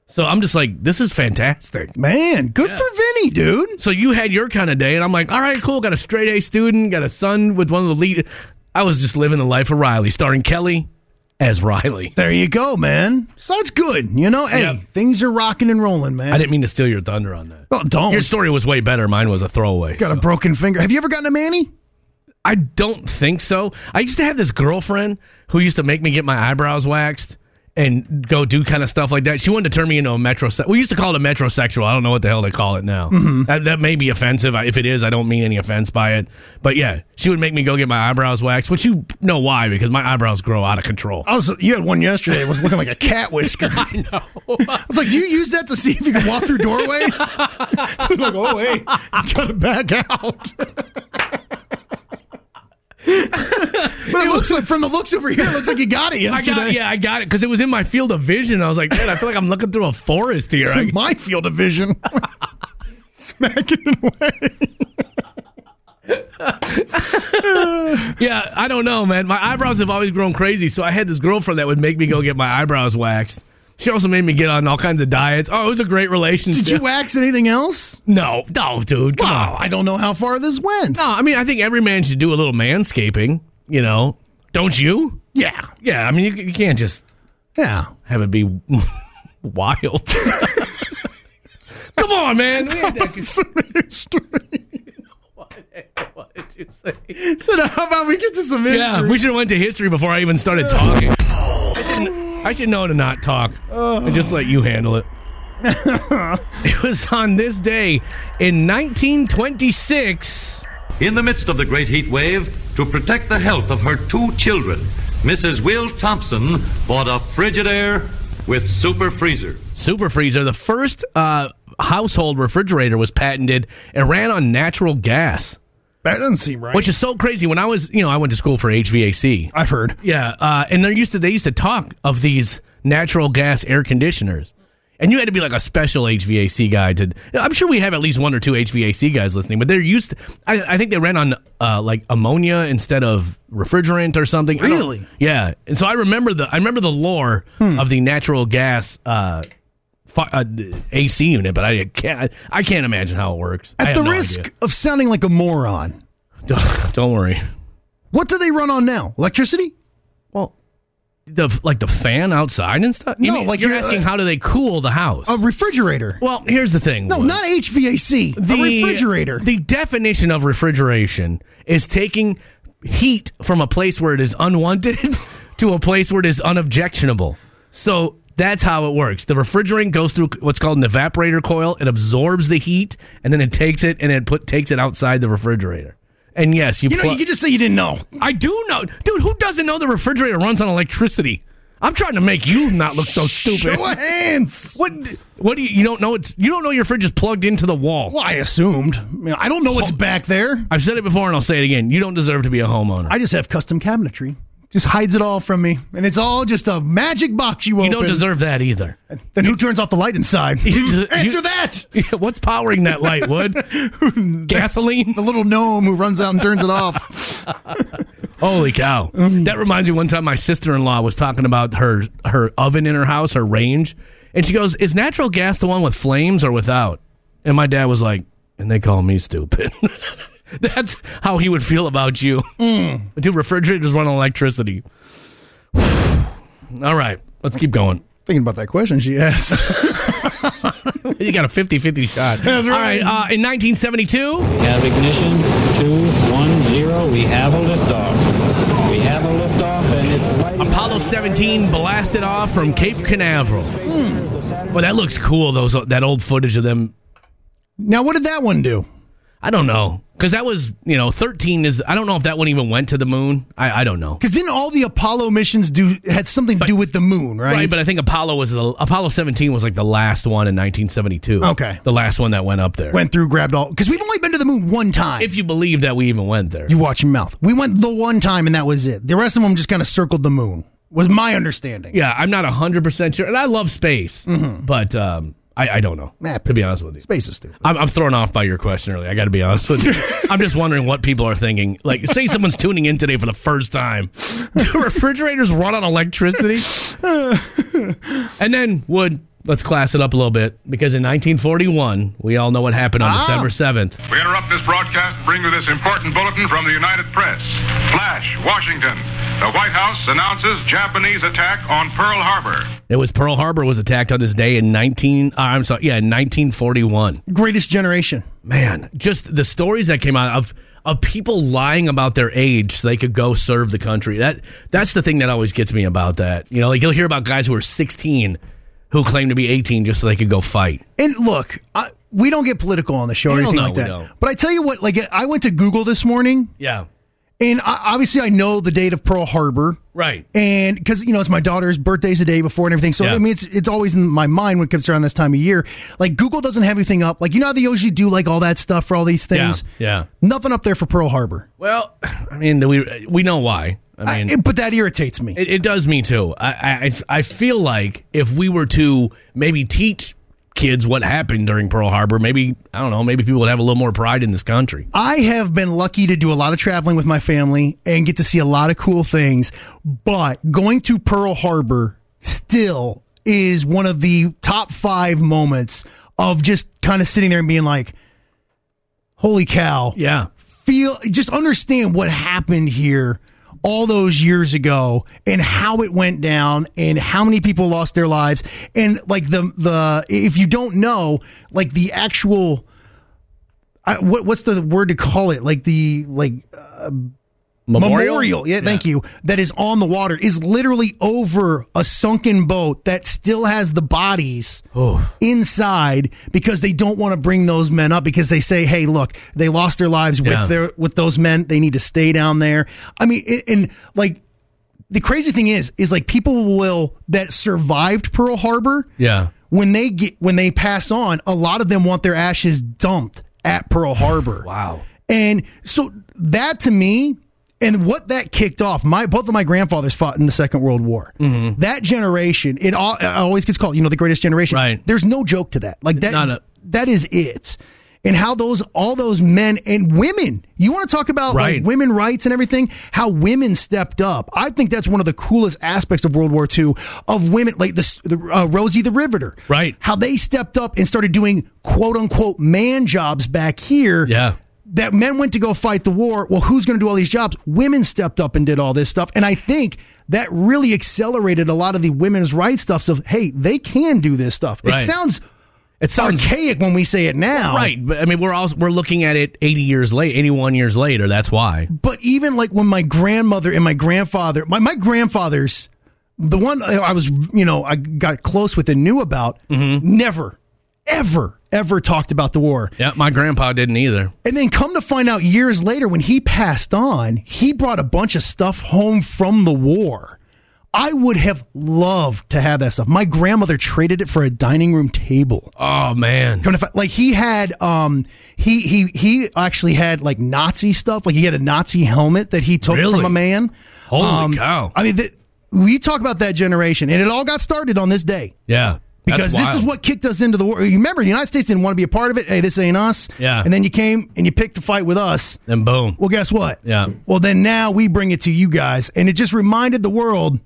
Speaker 1: So I'm just like, this is fantastic.
Speaker 2: man, good for Vinny, dude.
Speaker 1: So you had your kind of day, and I'm like, all right, cool. Got a straight A student, got a son with one of the lead. I was just living the life of Riley, starring Kelly as Riley.
Speaker 2: There you go, man. So that's good. You know, hey,
Speaker 1: Yep.
Speaker 2: things are rocking and rolling, man.
Speaker 1: I didn't mean to steal your thunder on that.
Speaker 2: Oh, don't.
Speaker 1: Your story was way better. Mine was a throwaway.
Speaker 2: Got a broken finger. Have you ever gotten a manny?
Speaker 1: I don't think so. I used to have this girlfriend who used to make me get my eyebrows waxed and go do kind of stuff like that. She wanted to turn me into a metro. We used to call it a metrosexual. I don't know what the hell they call it now. That, that may be offensive. I- If it is, I don't mean any offense by it. But yeah, she would make me go get my eyebrows waxed, which you know why because my eyebrows grow out of control.
Speaker 2: I was you had one yesterday. It was looking like a cat whisker. I know. I was like, do you use that to see if you can walk through doorways? like, oh hey, gotta back out. but it looks like from the looks over here, it looks like you got it
Speaker 1: I
Speaker 2: yesterday.
Speaker 1: got, yeah, I got it because it was in my field of vision. I was like, man, I feel like I'm looking through a forest here.
Speaker 2: It's
Speaker 1: I
Speaker 2: in my field of vision. Smacking it away.
Speaker 1: Yeah, I don't know, man. My eyebrows have always grown crazy, so I had this girlfriend that would make me go get my eyebrows waxed. She also made me get on all kinds of diets. Oh, it was a great relationship.
Speaker 2: Did you wax anything else?
Speaker 1: No, no, dude. Come
Speaker 2: Wow,
Speaker 1: on.
Speaker 2: I don't know how far this went.
Speaker 1: No, I mean, I think every man should do a little manscaping. You know, don't you?
Speaker 2: Yeah.
Speaker 1: Yeah, I mean, you, you can't just
Speaker 2: Yeah.
Speaker 1: have it be wild. Come on, man. We had that-
Speaker 2: It's some history.
Speaker 1: what did you say?
Speaker 2: So now how about we get to some history?
Speaker 1: Yeah, we should have went to history before I even started talking. I should, I should know to not talk and just let you handle it. it was on this day in 1926.
Speaker 12: In the midst of the great heat wave, to protect the health of her two children, Mrs. Will Thompson bought a Frigidaire with super freezer.
Speaker 1: Super freezer, the first uh, household refrigerator, was patented and ran on natural gas,
Speaker 2: That doesn't seem right.
Speaker 1: which is so crazy. When I was, you know, I went to school for HVAC.
Speaker 2: I've heard.
Speaker 1: Yeah, uh, and they used to they used to talk of these natural gas air conditioners, and you had to be like a special HVAC guy to. I'm sure we have at least one or two HVAC guys listening, but they're used. To, I, I think they ran on uh, like ammonia instead of refrigerant or something. I don't-
Speaker 2: Really? Hmm.
Speaker 1: Yeah, and so I remember the I remember the lore of the natural gas. Uh, fi- uh, d- AC unit, but I can't. I can't imagine how it works. I
Speaker 2: At
Speaker 1: have
Speaker 2: the
Speaker 1: no
Speaker 2: risk of sounding like a moron,
Speaker 1: idea. don't worry.
Speaker 2: what do they run on now? Electricity?
Speaker 1: Well, the like the fan outside and stuff. You
Speaker 2: No,
Speaker 1: mean-
Speaker 2: like
Speaker 1: you're
Speaker 2: you're- uh,
Speaker 1: asking how do they cool the house?
Speaker 2: A refrigerator?
Speaker 1: well, here's the thing.
Speaker 2: No,
Speaker 1: Wood.
Speaker 2: not HVAC. a refrigerator.
Speaker 1: The definition of refrigeration is taking heat from a place where it is unwanted to a place where it is unobjectionable. So that's how it works. The refrigerant goes through what's called an evaporator coil. It absorbs the heat and then it takes it and it put takes it outside the refrigerator. And yes, you,
Speaker 2: you know,
Speaker 1: plu-
Speaker 2: you could just say you didn't know.
Speaker 1: I do know, dude. Who doesn't know the refrigerator runs on electricity? I'm trying to make you not look so stupid.
Speaker 2: Show of hands.
Speaker 1: What? What do you? You don't know? It's you don't know your fridge is plugged into the wall.
Speaker 2: Well, I assumed. I, mean, I don't know what's back there.
Speaker 1: I've said it before and I'll say it again. You don't deserve to be a homeowner.
Speaker 2: I just have custom cabinetry. Just hides it all from me, and it's all just a magic box you
Speaker 1: you
Speaker 2: open.
Speaker 1: don't deserve that either.
Speaker 2: then who turns off the light inside?
Speaker 1: You just-
Speaker 2: Answer
Speaker 1: you-
Speaker 2: that.
Speaker 1: What's powering that light, Wood? Gasoline?
Speaker 2: The little gnome who runs out and turns it off.
Speaker 1: Holy cow! That reminds me. One time, my sister in law was talking about her her oven in her house, her range, And she goes, Is natural gas the one with flames or without? And my dad was like, And they call me stupid. That's how he would feel about you. Dude, refrigerators run on electricity. All right, let's keep going.
Speaker 2: Thinking about that question she asked.
Speaker 1: you got a 50 50 shot.
Speaker 2: That's right.
Speaker 1: All right, uh, in 1972.
Speaker 13: We have ignition, two, one, zero. We have a liftoff. We have a liftoff, and it's right.
Speaker 1: Apollo 17 blasted off from Cape Canaveral. Boy, that looks cool. Those that old footage of them.
Speaker 2: Now, what did that one do?
Speaker 1: I don't know because that was you know 13 is I don't know if that one even went to the moon. I I don't know.
Speaker 2: Because didn't all the Apollo missions do had something to do with the moon, right?
Speaker 1: but I think Apollo was the Apollo 17 was like the last one in 1972.
Speaker 2: Okay.
Speaker 1: the last one that went up there.
Speaker 2: went through, grabbed all. Because we've only been to the moon one time.
Speaker 1: if you believe that we even went there.
Speaker 2: You watch your mouth. We went the one time, and that was it. The rest of them just kind of circled the moon. Was my understanding.
Speaker 1: Yeah, I'm not 100 percent sure, and I love space,
Speaker 2: Mm-hmm.
Speaker 1: but um, I I don't know. to be honest with you,
Speaker 2: space is stupid.
Speaker 1: I'm, I'm thrown off by your question earlier. I got to be honest with you. I'm just wondering what people are thinking. Like, say someone's tuning in today for the first time. Do refrigerators run on electricity? and then would let's class it up a little bit because in 1941, we all know what happened on
Speaker 14: Ah.
Speaker 1: December 7th.
Speaker 14: We interrupt this broadcast to bring you this important bulletin from the United Press. Flash, Washington. The White House announces Japanese attack on Pearl Harbor.
Speaker 1: It was Pearl Harbor was attacked on this day in 19. Uh, I'm sorry, yeah, in 1941.
Speaker 2: Greatest generation.
Speaker 1: Man, just the stories that came out of of people lying about their age so they could go serve the country. That that's the thing that always gets me about that. You know, like you'll hear about guys who are 16 who claim to be 18 just so they could go fight.
Speaker 2: And look, I, we don't get political on the show or
Speaker 1: Hell
Speaker 2: anything
Speaker 1: no,
Speaker 2: like
Speaker 1: we
Speaker 2: that.
Speaker 1: don't.
Speaker 2: But I tell you what, like I went to Google this morning,
Speaker 1: Yeah.
Speaker 2: and I, obviously I know the date of Pearl Harbor.
Speaker 1: Right.
Speaker 2: And because you know it's my daughter's birthday's the day before and everything, so
Speaker 1: Yeah.
Speaker 2: I mean it's it's always in my mind when it comes around this time of year. Like Google doesn't have anything up. Like you know how they usually do like all that stuff for all these things.
Speaker 1: Yeah.
Speaker 2: Nothing up there for Pearl Harbor.
Speaker 1: Well, I mean, we we know why. I mean,
Speaker 2: It- but that irritates me.
Speaker 1: It, it does me too. I, I I feel like if we were to maybe teach kids what happened during Pearl Harbor, maybe I don't know, maybe people would have a little more pride in this country.
Speaker 2: I have been lucky to do a lot of traveling with my family and get to see a lot of cool things, but going to Pearl Harbor still is one of the top five moments of just kind of sitting there and being like, holy cow.
Speaker 1: Yeah.
Speaker 2: Feel, just understand what happened here all those years ago and how it went down and how many people lost their lives. And like the, the, if you don't know, like the actual, I, what what's the word to call it? Like the like uh,
Speaker 1: Memorial?
Speaker 2: Yeah, thank you. That is on the water is literally over a sunken boat that still has the bodies inside because they don't want to bring those men up because they say, "Hey, look, they lost their lives
Speaker 1: Yeah.
Speaker 2: with their with those men. They need to stay down there." I mean, and, and like the crazy thing is, is like people will that survived Pearl Harbor
Speaker 1: Yeah.
Speaker 2: when they get when they pass on, a lot of them want their ashes dumped at Pearl Harbor.
Speaker 1: wow.
Speaker 2: And so that to me, and what that kicked off, my both of my grandfathers fought in the Second World War.
Speaker 1: Mm-hmm.
Speaker 2: That generation, it, all, it always gets called, you know, the greatest generation. Right. There's no joke to that. Like that,
Speaker 1: Not a-
Speaker 2: that is it. And how those all those men and women, you want to talk about
Speaker 1: Right.
Speaker 2: like women rights and everything, how women stepped up. I think that's one of the coolest aspects of World War II of women, like the, the uh, Rosie the Riveter,
Speaker 1: Right.
Speaker 2: How they stepped up and started doing quote unquote man jobs back here.
Speaker 1: Yeah.
Speaker 2: That men went to go fight the war. Well, who's going to do all these jobs? Women stepped up and did all this stuff. And I think that really accelerated a lot of the women's rights stuffs of, hey, they can do this stuff. It
Speaker 1: Right.
Speaker 2: sounds
Speaker 1: It sounds
Speaker 2: archaic when we say it now.
Speaker 1: Right, but I mean, we're also we're looking at it 80 years late, 81 years later. That's why.
Speaker 2: But even like when my grandmother and my grandfather, my, my grandfather's, the one I was, you know, I got close with and knew about,
Speaker 1: Mm-hmm.
Speaker 2: never, ever, ever talked about the war.
Speaker 1: Yeah, my grandpa didn't either.
Speaker 2: And then come to find out years later, when he passed on, he brought a bunch of stuff home from the war. I would have loved to have that stuff. My grandmother traded it for a dining room table.
Speaker 1: Oh man.
Speaker 2: Come to find, like he had, um, he he he actually had like Nazi stuff. Like he had a Nazi helmet that he took
Speaker 1: Really?
Speaker 2: from a man. Um,
Speaker 1: Holy cow.
Speaker 2: I mean, th- we talk about that generation, and it all got started on this day
Speaker 1: Yeah, That's
Speaker 2: because this
Speaker 1: wild.
Speaker 2: is what kicked us into the war. You remember, the United States didn't want to be a part of it. Hey, this ain't us.
Speaker 1: Yeah.
Speaker 2: And then you came and you picked the fight with us.
Speaker 1: Then boom.
Speaker 2: Well, guess what?
Speaker 1: Yeah.
Speaker 2: Well, then now we bring it to you guys, and it just reminded the world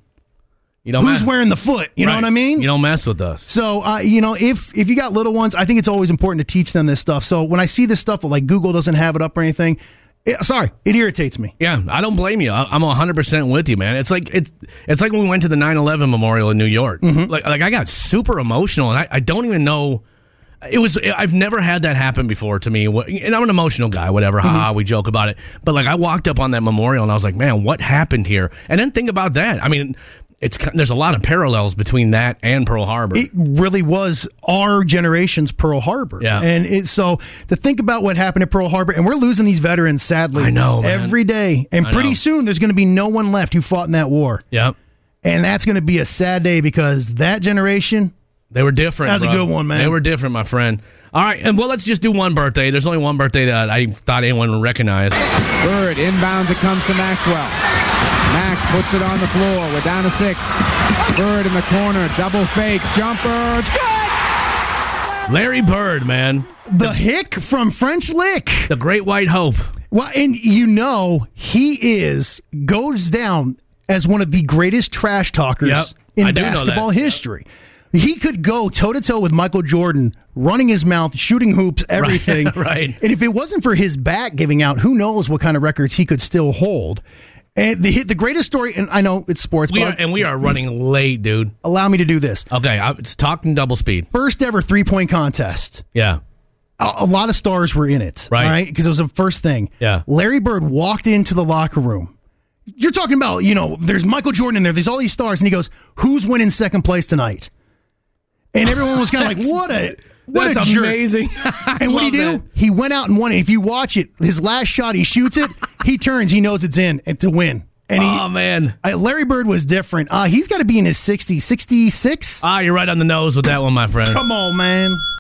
Speaker 1: You don't
Speaker 2: who's
Speaker 1: mess-
Speaker 2: wearing the foot. You know
Speaker 1: Oh, Right.
Speaker 2: what I mean?
Speaker 1: You don't mess with us.
Speaker 2: So, uh, you know, if if you got little ones, I think it's always important to teach them this stuff. So when I see this stuff, like Google doesn't have it up or anything, it, sorry, it irritates me.
Speaker 1: Yeah, I don't blame you. I, I'm 100% with you, man. It's like it's it's like when we went to the 9/11 memorial in New York. Like like I got super emotional and I, I don't even know it was I've never had that happen before to me. What- And I'm an emotional guy, whatever. Ha ha, we joke about it. But like I walked up on that memorial and I was like, "Man, what happened here?" And then think about that. I mean, it's there's a lot of parallels between that and Pearl Harbor.
Speaker 2: It really was our generation's Pearl Harbor.
Speaker 1: Yeah.
Speaker 2: And it, so to think about what happened at Pearl Harbor, and we're losing these veterans, sadly,
Speaker 1: I know, man.
Speaker 2: every day. And
Speaker 1: I
Speaker 2: pretty
Speaker 1: know.
Speaker 2: soon there's going to be no one left who fought in that war.
Speaker 1: yep.
Speaker 2: And that's going to be a sad day because that generation,
Speaker 1: They were different.
Speaker 2: That's a
Speaker 1: bro.
Speaker 2: good one, man.
Speaker 1: They were different, my friend. All right, and well, let's just do one birthday. There's only one birthday that I thought anyone would recognize.
Speaker 15: Bird inbounds. It comes to Maxwell. Max puts it on the floor. We're down to six. Bird in the corner. Double fake. Jumper.
Speaker 1: Larry Bird, man.
Speaker 2: the hick from French Lick.
Speaker 1: The Great White Hope.
Speaker 2: Well, and you know, he is, goes down as one of the greatest trash talkers
Speaker 1: Yep.
Speaker 2: in
Speaker 1: I do know that.
Speaker 2: basketball history. He could go toe to toe with Michael Jordan, running his mouth, shooting hoops, everything.
Speaker 1: right.
Speaker 2: And if it wasn't for his back giving out, who knows what kind of records he could still hold. And the, the greatest story, and I know it's sports,
Speaker 1: We are,
Speaker 2: but
Speaker 1: and we are running late, dude.
Speaker 2: allow me to do this.
Speaker 1: Okay, I, it's talking double speed.
Speaker 2: First ever three point contest.
Speaker 1: Yeah,
Speaker 2: a, a lot of stars were in it,
Speaker 1: Right.
Speaker 2: right? Because it was the first thing.
Speaker 1: Yeah.
Speaker 2: Larry Bird walked into the locker room. You're talking about, you know, there's Michael Jordan in there, there's all these stars, and he goes, "Who's winning second place tonight?" And everyone was kind of like, "What a what
Speaker 1: That's
Speaker 2: a jerk."
Speaker 1: amazing.
Speaker 2: And what did he do?
Speaker 1: Love
Speaker 2: He went out and won it. If you watch it, his last shot, he shoots it, he turns, he knows it's in, and to win. And he,
Speaker 1: oh man,
Speaker 2: I- Larry Bird was different. Uh, he's got to be in his 60s, 66.
Speaker 1: ah, you're right on the nose with that one, my friend.
Speaker 2: Come on, man.